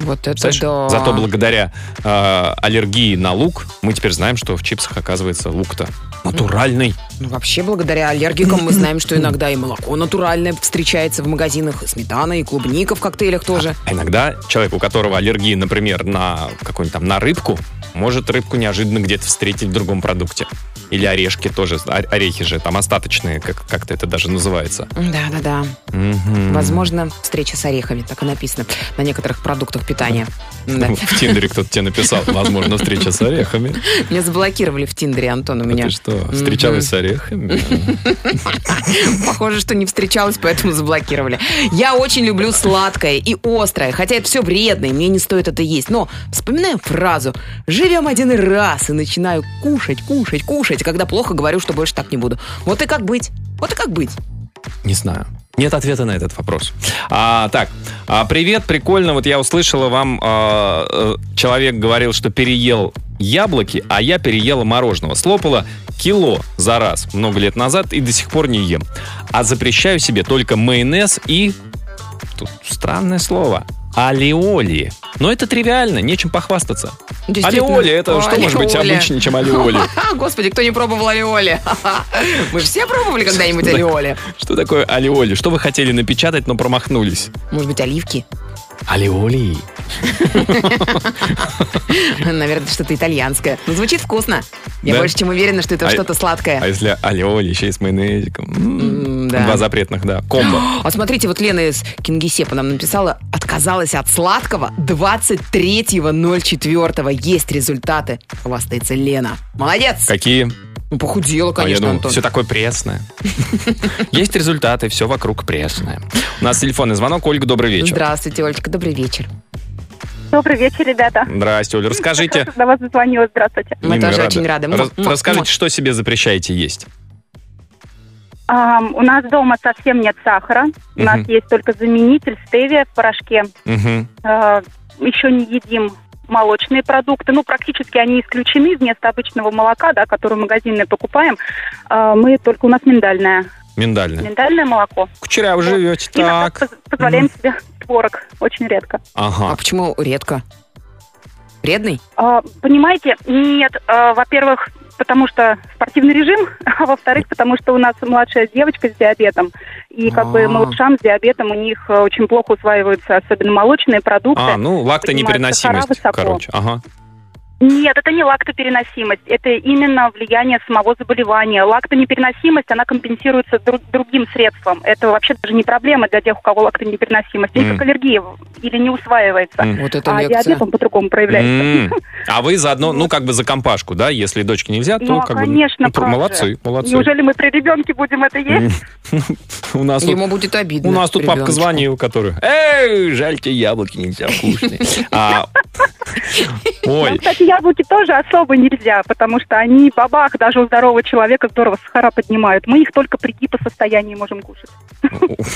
Speaker 4: Вот это
Speaker 3: Представляешь?
Speaker 4: да.
Speaker 3: Зато благодаря э, аллергии на лук мы теперь знаем, что в чипсах оказывается лук-то натуральный.
Speaker 4: Ну, вообще, благодаря аллергикам мы знаем, что иногда и молоко натуральное встречается в магазинах, и сметана, и клубника в коктейлях тоже.
Speaker 3: А иногда человек, у которого аллергия, например, на какую-нибудь там на рыбку, может рыбку неожиданно где-то встретить в другом продукте. Или орешки тоже, о- орехи же там остаточные, как- как-то это даже называется.
Speaker 4: Да-да-да.
Speaker 3: Мгм.
Speaker 4: Возможно, встреча с орехами, так и написано на некоторых
Speaker 3: <laughs>
Speaker 4: продуктах питания. Да.
Speaker 3: В Тиндере кто-то тебе написал, возможно, встреча с орехами.
Speaker 4: Меня заблокировали в Тиндере, Антон, у
Speaker 3: А
Speaker 4: меня.
Speaker 3: ты что, встречалась с орехами?
Speaker 4: Похоже, что не встречалась, поэтому заблокировали. Я очень люблю сладкое и острое, хотя это все вредно, и мне не стоит это есть. Но вспоминаю фразу «живем один раз» и начинаю кушать, кушать, кушать, когда плохо говорю, что больше так не буду. Вот и как быть? Вот и как быть?
Speaker 3: Не знаю. Нет ответа на этот вопрос. А, так, а, привет, прикольно. Вот я услышала вам, а, э, человек говорил, что переел яблоки, а я переела мороженого. Слопала кило за раз много лет назад и до сих пор не ем. А запрещаю себе только майонез и... Тут странное слово. Алиоли. Но это тривиально, нечем похвастаться.
Speaker 4: Действительно.
Speaker 3: Алиоли, это что может быть
Speaker 4: Алиоли.
Speaker 3: обычнее, чем алиоли?
Speaker 4: Ха, <laughs> Господи, кто не пробовал алиоли? <laughs> Ха-ха. Мы все пробовали когда-нибудь
Speaker 3: Что-то-
Speaker 4: алиоли?
Speaker 3: Что такое алиоли? Что вы хотели напечатать, но промахнулись?
Speaker 4: Может быть, оливки?
Speaker 3: Алиоли.
Speaker 4: <laughs> Наверное, что-то итальянское. Но звучит вкусно. Я
Speaker 3: Да?
Speaker 4: больше чем уверена, что это
Speaker 3: А-
Speaker 4: что-то
Speaker 3: А
Speaker 4: сладкое.
Speaker 3: если алиоли еще и с майонезиком? М,
Speaker 4: М, да.
Speaker 3: Два запретных, да.
Speaker 4: <gasps>
Speaker 3: Комбо.
Speaker 4: А смотрите, вот Лена из Кингисепа нам написала, отказалась от сладкого 23.04. Есть результаты. Хвастается Лена. Молодец.
Speaker 3: Какие?
Speaker 4: Ну, похудела,
Speaker 3: А я
Speaker 4: конечно,
Speaker 3: думал,
Speaker 4: Антон.
Speaker 3: все такое
Speaker 4: <laughs>
Speaker 3: пресное. Есть результаты, все вокруг пресное. У нас телефонный звонок. Ольга, добрый вечер.
Speaker 4: Здравствуйте, Олечка, добрый вечер.
Speaker 6: Добрый вечер, ребята.
Speaker 3: Здрасте, Оль. Расскажите.
Speaker 6: До вас зазвонила, здравствуйте.
Speaker 4: <laughs> Мы
Speaker 3: И
Speaker 4: тоже очень рады.
Speaker 3: Рас-
Speaker 4: Муа, муа, муа.
Speaker 3: Расскажите, что себе запрещаете есть?
Speaker 6: Ам, у нас дома совсем нет сахара. У нас
Speaker 3: Мгм.
Speaker 6: есть только заменитель стевия в порошке.
Speaker 3: Мгм.
Speaker 6: Э, еще не едим молочные продукты. Ну, практически они исключены вместо обычного молока, да, который магазинное покупаем. Э, мы только у нас миндальное.
Speaker 3: Миндальное.
Speaker 6: Миндальное молоко.
Speaker 3: Кучеряво живете.
Speaker 6: И иногда
Speaker 3: Так.
Speaker 6: поз- позволяем себе творог очень редко.
Speaker 4: А
Speaker 3: Ага.
Speaker 4: почему редко? Вредный?
Speaker 6: А, Понимаете, нет, а, во-первых, потому что спортивный режим, <laughs> а во-вторых, потому что у нас младшая девочка с диабетом. И как
Speaker 4: А.
Speaker 6: бы малышам с диабетом у них э, очень плохо усваиваются, особенно молочные продукты.
Speaker 3: А, ну,
Speaker 6: Принимают
Speaker 3: лактонепереносимость,
Speaker 6: сахара высоко.
Speaker 3: короче. Ага.
Speaker 6: Нет, это не лактопереносимость, это именно влияние самого заболевания. Лактонепереносимость, она компенсируется друг- другим средством. Это вообще даже не проблема для тех, у кого лактонепереносимость. У них
Speaker 3: М.
Speaker 6: как аллергия в- или не усваивается.
Speaker 3: М.
Speaker 4: Вот это
Speaker 6: А
Speaker 4: лекция.
Speaker 6: диабет он по-другому
Speaker 3: М.
Speaker 6: проявляется.
Speaker 3: А вы заодно, ну, как бы за компашку, да? Если дочке нельзя, то
Speaker 6: Ну,
Speaker 3: как
Speaker 6: конечно,
Speaker 3: бы... ну,
Speaker 6: как же.
Speaker 3: Молодцы, молодцы.
Speaker 6: Неужели мы при ребенке будем это есть?
Speaker 3: У нас вот
Speaker 4: Ему будет обидно.
Speaker 3: А У нас тут папка
Speaker 4: ребеночку.
Speaker 3: звонил, который... Эй, жаль, тебе яблоки нельзя
Speaker 6: <laughs>
Speaker 3: вкусные. А,
Speaker 6: Ну,
Speaker 3: Ой,
Speaker 6: кстати, яблоки тоже особо нельзя, потому что они бабах, даже у здорового человека здорово сахара поднимают. Мы их только при гипосостоянии можем кушать.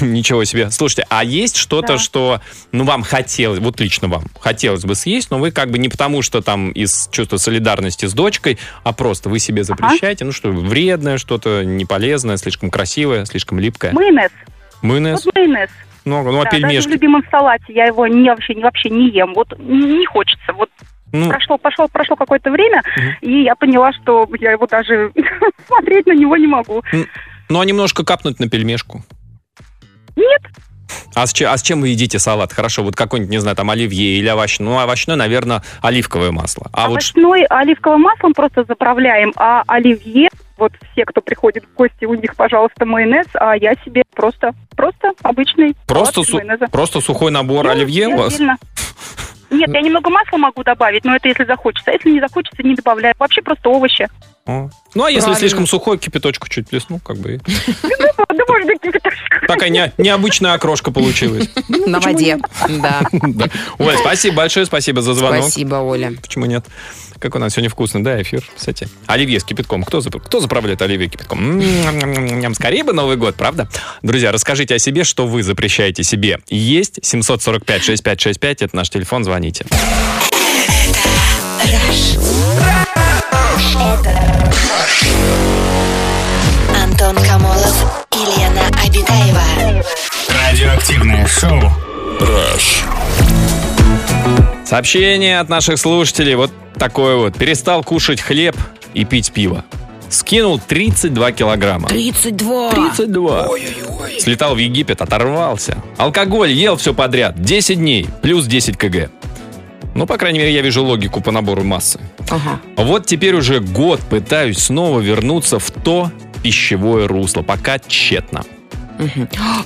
Speaker 3: ничего себе. Слушайте, а есть что-то,
Speaker 6: Да.
Speaker 3: что, ну, вам хотелось, вот лично вам, хотелось бы съесть, но вы как бы не потому, что там из чувства солидарности с дочкой, а просто вы себе запрещаете, ну, что вредное, что-то неполезное, слишком красивое, слишком липкое.
Speaker 6: Майонез.
Speaker 3: Э. Майонез,
Speaker 6: Вот майонез.
Speaker 3: ну, ну, а
Speaker 6: Да, даже в
Speaker 3: пельмешки?
Speaker 6: любимом салате я его не, вообще, не, вообще не ем. Вот не хочется. Вот
Speaker 3: Ну,
Speaker 6: прошло, пошло, прошло какое-то время,
Speaker 3: Мгм.
Speaker 6: и я поняла, что я его даже <laughs> смотреть на него не могу.
Speaker 3: ну, а немножко капнуть на пельмешку?
Speaker 6: Нет.
Speaker 3: А с, чем, а с чем вы едите салат? Хорошо, вот какой-нибудь, не знаю, там оливье или овощное. Ну, овощное, наверное, оливковое масло. А вот ш-
Speaker 6: Овощной оливковым маслом просто заправляем, а оливье, вот все, кто приходит в гости, у них, пожалуйста, майонез, а я себе просто, просто обычный
Speaker 3: Просто,
Speaker 6: салат из
Speaker 3: су-
Speaker 6: майонеза.
Speaker 3: просто сухой набор
Speaker 6: Ну,
Speaker 3: оливье
Speaker 6: я
Speaker 3: у вас? <laughs>
Speaker 6: отдельно. Нет, я немного масла могу добавить, но это если захочется. А если не захочется, не добавляю. Вообще просто овощи. <laughs>
Speaker 3: О. Ну, а если
Speaker 4: Правильно.
Speaker 3: слишком сухой, кипяточку чуть плесну, как бы. и-
Speaker 6: Ну, да, может быть, как-то
Speaker 3: Такая не- необычная окрошка получилась. <laughs>
Speaker 4: На воде. Да.
Speaker 3: Да. Оль, спасибо большое, спасибо за звонок.
Speaker 4: Спасибо, Оля.
Speaker 3: Почему нет? Как у нас сегодня вкусно, да, эфир, кстати. Оливье с кипятком. Кто, запр- кто заправляет оливье кипятком? М-м-м-м-м. Скорее бы Новый год, правда? Друзья, расскажите о себе, что вы запрещаете себе. Есть 745-6565, это наш телефон, звоните.
Speaker 2: Антон Камолов и Лена Обитаева.
Speaker 5: Радиоактивное шоу.
Speaker 3: Сообщение от наших слушателей вот такое вот. Перестал кушать хлеб и пить пиво. Скинул 32 килограмма.
Speaker 4: 32.
Speaker 3: 32. Слетал в Египет, оторвался. Алкоголь ел все подряд. 10 дней, плюс 10 кг. Ну, по крайней мере, я вижу логику по набору массы.
Speaker 4: Ага.
Speaker 3: Вот теперь уже год пытаюсь снова вернуться в то пищевое русло. Пока тщетно.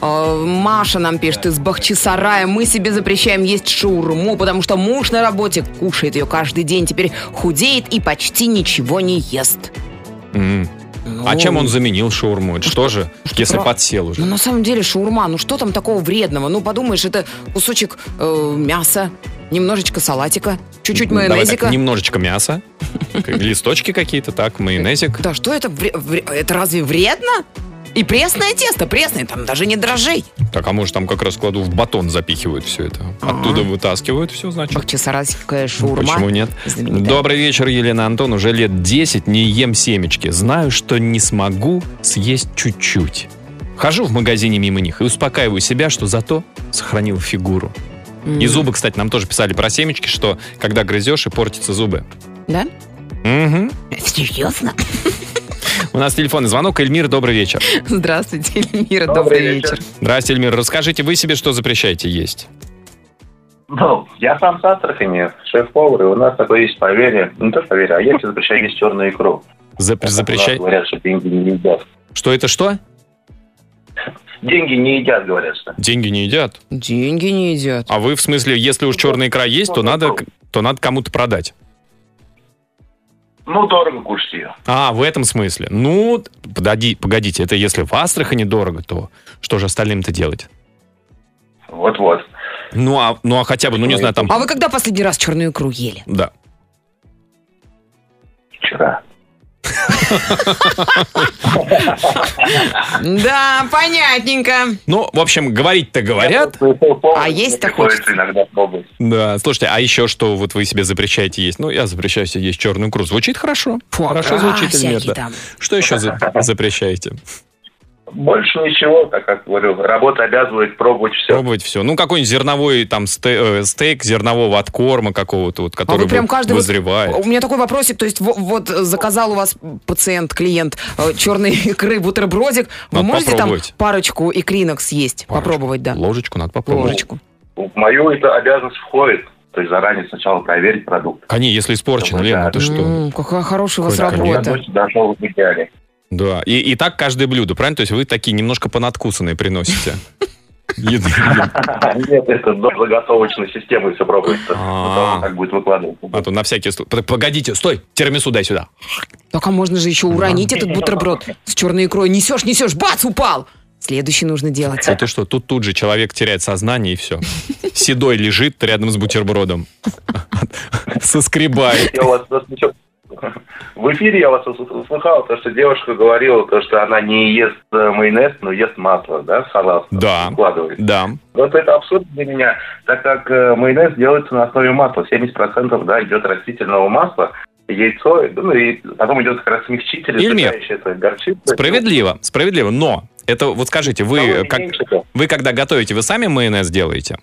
Speaker 4: А, Маша нам пишет из Бахчисарая. Мы себе запрещаем есть шаурму, потому что муж на работе кушает ее каждый день. Теперь худеет и почти ничего не ест.
Speaker 3: М. А
Speaker 4: Ну,
Speaker 3: чем он заменил шаурму? Это что же, если
Speaker 4: про-
Speaker 3: подсел
Speaker 4: Ну,
Speaker 3: уже?
Speaker 4: на самом деле, шаурма, ну что там такого вредного? Ну, подумаешь, это кусочек э, мяса, немножечко салатика, чуть-чуть
Speaker 3: М-м, Давай так,
Speaker 4: майонезика.
Speaker 3: немножечко мяса, как листочки какие-то, так, майонезик.
Speaker 4: Да что это? вре- вре- Это разве вредно? И пресное тесто, пресное, там даже не дрожжей.
Speaker 3: Так, а может там как раз кладу в батон запихивают все это. Оттуда вытаскивают все, значит. Ну,
Speaker 4: Бахчисарайская А. шаурма.
Speaker 3: Почему нет?
Speaker 4: Знаменитая.
Speaker 3: Добрый вечер, Елена Антон. Уже лет 10 не ем семечки. Знаю, что не смогу съесть чуть-чуть. Хожу в магазине мимо них и успокаиваю себя, что зато сохранил фигуру. И зубы, кстати, нам тоже писали про семечки, что когда грызешь и портятся зубы.
Speaker 4: Да?
Speaker 3: Мгм.
Speaker 4: Серьезно?
Speaker 3: У нас телефонный звонок. Эльмир, добрый вечер.
Speaker 4: <laughs> Здравствуйте, Эльмира, добрый,
Speaker 8: Добрый
Speaker 4: вечер.
Speaker 3: Здрасте, Эльмир. Расскажите, вы себе что запрещаете есть?
Speaker 10: Ну, я сам с Астрахани, шеф-повар, и у нас такое есть поверье. Не то что поверье, а я тебе запрещаю есть черную икру.
Speaker 3: Запр-
Speaker 10: У нас
Speaker 3: запрещай.
Speaker 10: Говорят, что деньги не едят.
Speaker 3: Что это что?
Speaker 10: Деньги не едят, говорят, что.
Speaker 3: Деньги не едят.
Speaker 4: Деньги не едят.
Speaker 3: А вы, в смысле, если уж черная икра есть, то надо, к- то надо кому-то продать.
Speaker 10: Ну, дорого кушать ее.
Speaker 3: А, в этом смысле. Ну, пододи- погодите, это если в Астрахани дорого, то что же остальным-то делать?
Speaker 10: Вот-вот.
Speaker 3: Ну, а, ну, а хотя бы, ну, не знаю, там...
Speaker 4: А вы когда последний раз черную икру ели?
Speaker 3: Да.
Speaker 10: Вчера.
Speaker 4: Да, понятненько.
Speaker 3: Ну, в общем, говорить-то говорят.
Speaker 10: Ну,
Speaker 4: А есть-то
Speaker 10: Приходится иногда пробовать.
Speaker 3: Да, слушайте, а еще что вот вы себе запрещаете есть? Ну, я запрещаю себе есть черную икру. Звучит хорошо? хорошо звучит,
Speaker 4: а всякие
Speaker 3: Эльмир, да.
Speaker 4: там.
Speaker 3: Что еще за- запрещаете?
Speaker 10: Больше ничего, так как говорю, работа обязывает пробовать все.
Speaker 3: Пробовать все. Ну, какой-нибудь зерновой там сте- э, стейк зернового откорма какого-то, вот,
Speaker 4: А
Speaker 3: который
Speaker 4: вы прям
Speaker 3: вот
Speaker 4: каждый... вот-
Speaker 3: вызревает.
Speaker 4: У меня такой вопросик, то есть во- вот, э, заказал у вас пациент, клиент э, черной <laughs> икры, бутербродик. Вы
Speaker 3: Надо
Speaker 4: можете
Speaker 3: попробовать.
Speaker 4: там парочку икринок съесть?
Speaker 3: Парочку.
Speaker 4: Попробовать, да.
Speaker 3: Ложечку надо попробовать.
Speaker 4: Ложечку.
Speaker 10: В мою это обязанность входит. То есть заранее сначала проверить продукт.
Speaker 3: Они, если испорчено,
Speaker 10: Чтобы
Speaker 3: Лена,
Speaker 10: да.
Speaker 3: ты что?
Speaker 4: М, какая хорошая у вас
Speaker 3: Какой-то
Speaker 10: Я
Speaker 4: работа.
Speaker 10: точно дошел в идеале.
Speaker 3: Да. И, и так каждое блюдо, правильно? То есть вы такие немножко понадкусанные приносите. Еды.
Speaker 10: Нет, это до заготовочной системы все пробуется.
Speaker 3: А.
Speaker 10: Потом как будет выкладываться.
Speaker 3: А то на всякий случай. Погодите, стой, тирамису дай сюда.
Speaker 4: Так а можно же еще уронить этот бутерброд с черной икрой. Несешь, несешь, бац, упал. Следующий нужно делать.
Speaker 3: И ты А что, тут тут же человек теряет сознание и все. Седой лежит рядом с бутербродом. Соскребает.
Speaker 10: Я у вас просто ничего- В эфире я вас ус- услыхал, то, что девушка говорила, то, что она не ест э, майонез, но ест масло, да, халал.
Speaker 3: Да.
Speaker 10: Вкладывает.
Speaker 3: Да.
Speaker 10: Вот это абсурд для меня, так как э, майонез делается на основе масла. 70% да, идет растительного масла, яйцо, ну и потом идет как раз смягчитель,
Speaker 3: Ильмир,
Speaker 10: питающий, это горчица.
Speaker 3: Справедливо, справедливо. Но это вот скажите, вы
Speaker 10: Стало
Speaker 3: э, как,
Speaker 10: меньше-то.
Speaker 3: вы когда готовите, вы сами майонез делаете?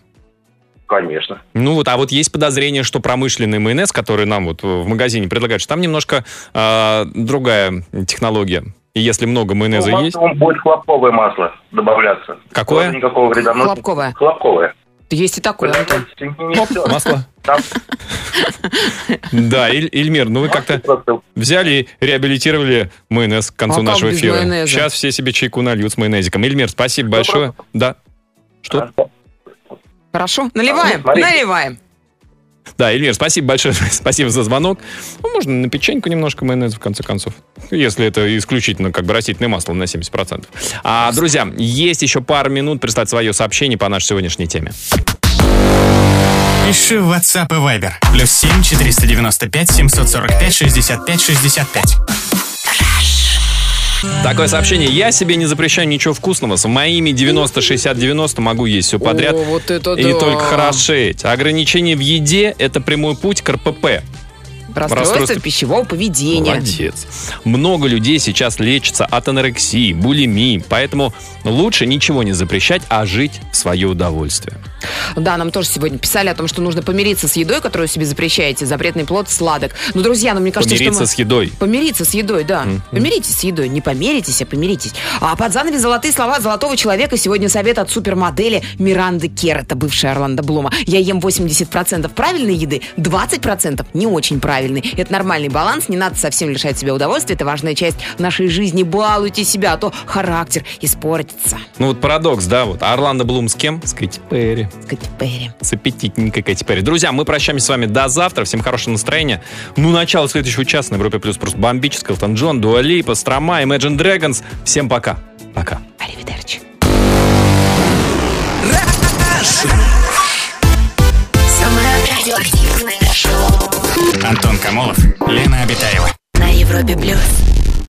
Speaker 10: Конечно.
Speaker 3: Ну вот, а вот есть подозрение, что промышленный майонез, который нам вот в магазине предлагают, что там немножко э, другая технология. И если много
Speaker 10: Ну,
Speaker 3: майонеза есть,
Speaker 10: максимум будет хлопковое масло добавляться.
Speaker 3: Какое?
Speaker 10: Тоже Никакого вреда. но-
Speaker 4: Хлопковое.
Speaker 10: Хлопковое.
Speaker 4: Есть и такое,
Speaker 10: Э,
Speaker 4: Антон.
Speaker 10: Не всё.
Speaker 3: масло.
Speaker 10: Там
Speaker 3: Да, Иль- Ильмир, ну вы
Speaker 10: Tá,
Speaker 3: как-то
Speaker 10: просто
Speaker 3: взяли и реабилитировали майонез к концу
Speaker 4: А как
Speaker 3: нашего
Speaker 4: без
Speaker 3: эфира.
Speaker 4: майонеза?
Speaker 3: Сейчас все себе чайку нальют с майонезиком. Эльмир, спасибо большое. Да.
Speaker 10: tá.
Speaker 3: Что?
Speaker 4: Хорошо? Наливаем?
Speaker 10: смотрите.
Speaker 4: Наливаем.
Speaker 3: Да, Эльмир, спасибо большое. <laughs> Спасибо за звонок. Ну, можно на печеньку немножко майонеза, в конце концов. Если это исключительно как бы растительное масло на 70%. А, друзья, есть еще пару минут прислать свое сообщение по нашей сегодняшней теме.
Speaker 5: Пиши в WhatsApp и Viber. Плюс 7 495 745 65 65.
Speaker 3: Такое сообщение. Я себе не запрещаю ничего вкусного. С моими 90-60-90 могу есть все подряд.
Speaker 4: О, вот это
Speaker 3: и
Speaker 4: да.
Speaker 3: только хорошеть. Ограничение в еде – это прямой путь к РПП. Расстройство.
Speaker 4: Расстройство пищевого поведения.
Speaker 3: Молодец. Много людей сейчас лечатся от анорексии, булимии, поэтому лучше ничего не запрещать, а жить в свое удовольствие.
Speaker 4: Да, нам тоже сегодня писали о том, что нужно помириться с едой, которую себе запрещаете. Запретный плод сладок. Ну, друзья, ну мне кажется,
Speaker 3: Помириться
Speaker 4: что мы...
Speaker 3: с едой.
Speaker 4: Помириться с едой, да. Помиритесь с едой. Не помиритесь, а помиритесь. А под занавес золотые слова золотого человека сегодня совет от супермодели Миранды Керрета, бывшая Орландо Блума. Я ем 80% правильной еды, 20% не очень правильной. Это нормальный баланс, не надо совсем лишать себя удовольствия. Это важная часть нашей жизни. Балуйте себя, а то характер испортится.
Speaker 3: Ну вот парадокс, да, вот. А Орландо Блум с кем? С Кэти Перри.
Speaker 4: Кэти Перри.
Speaker 3: С аппетитненькой Кэти Перри. Друзья, мы прощаемся с вами до завтра. Всем хорошего настроения. Ну, начало следующего часа на Европе Плюс просто бомбическое. Элтон Джон, Дуа Липа, Строма, Imagine Dragons. Всем пока. Пока.
Speaker 4: Аривидерчи.
Speaker 2: Самое радиоактивное шоу
Speaker 5: Антон Камолов, Лена Обитаева.
Speaker 2: на Европе плюс.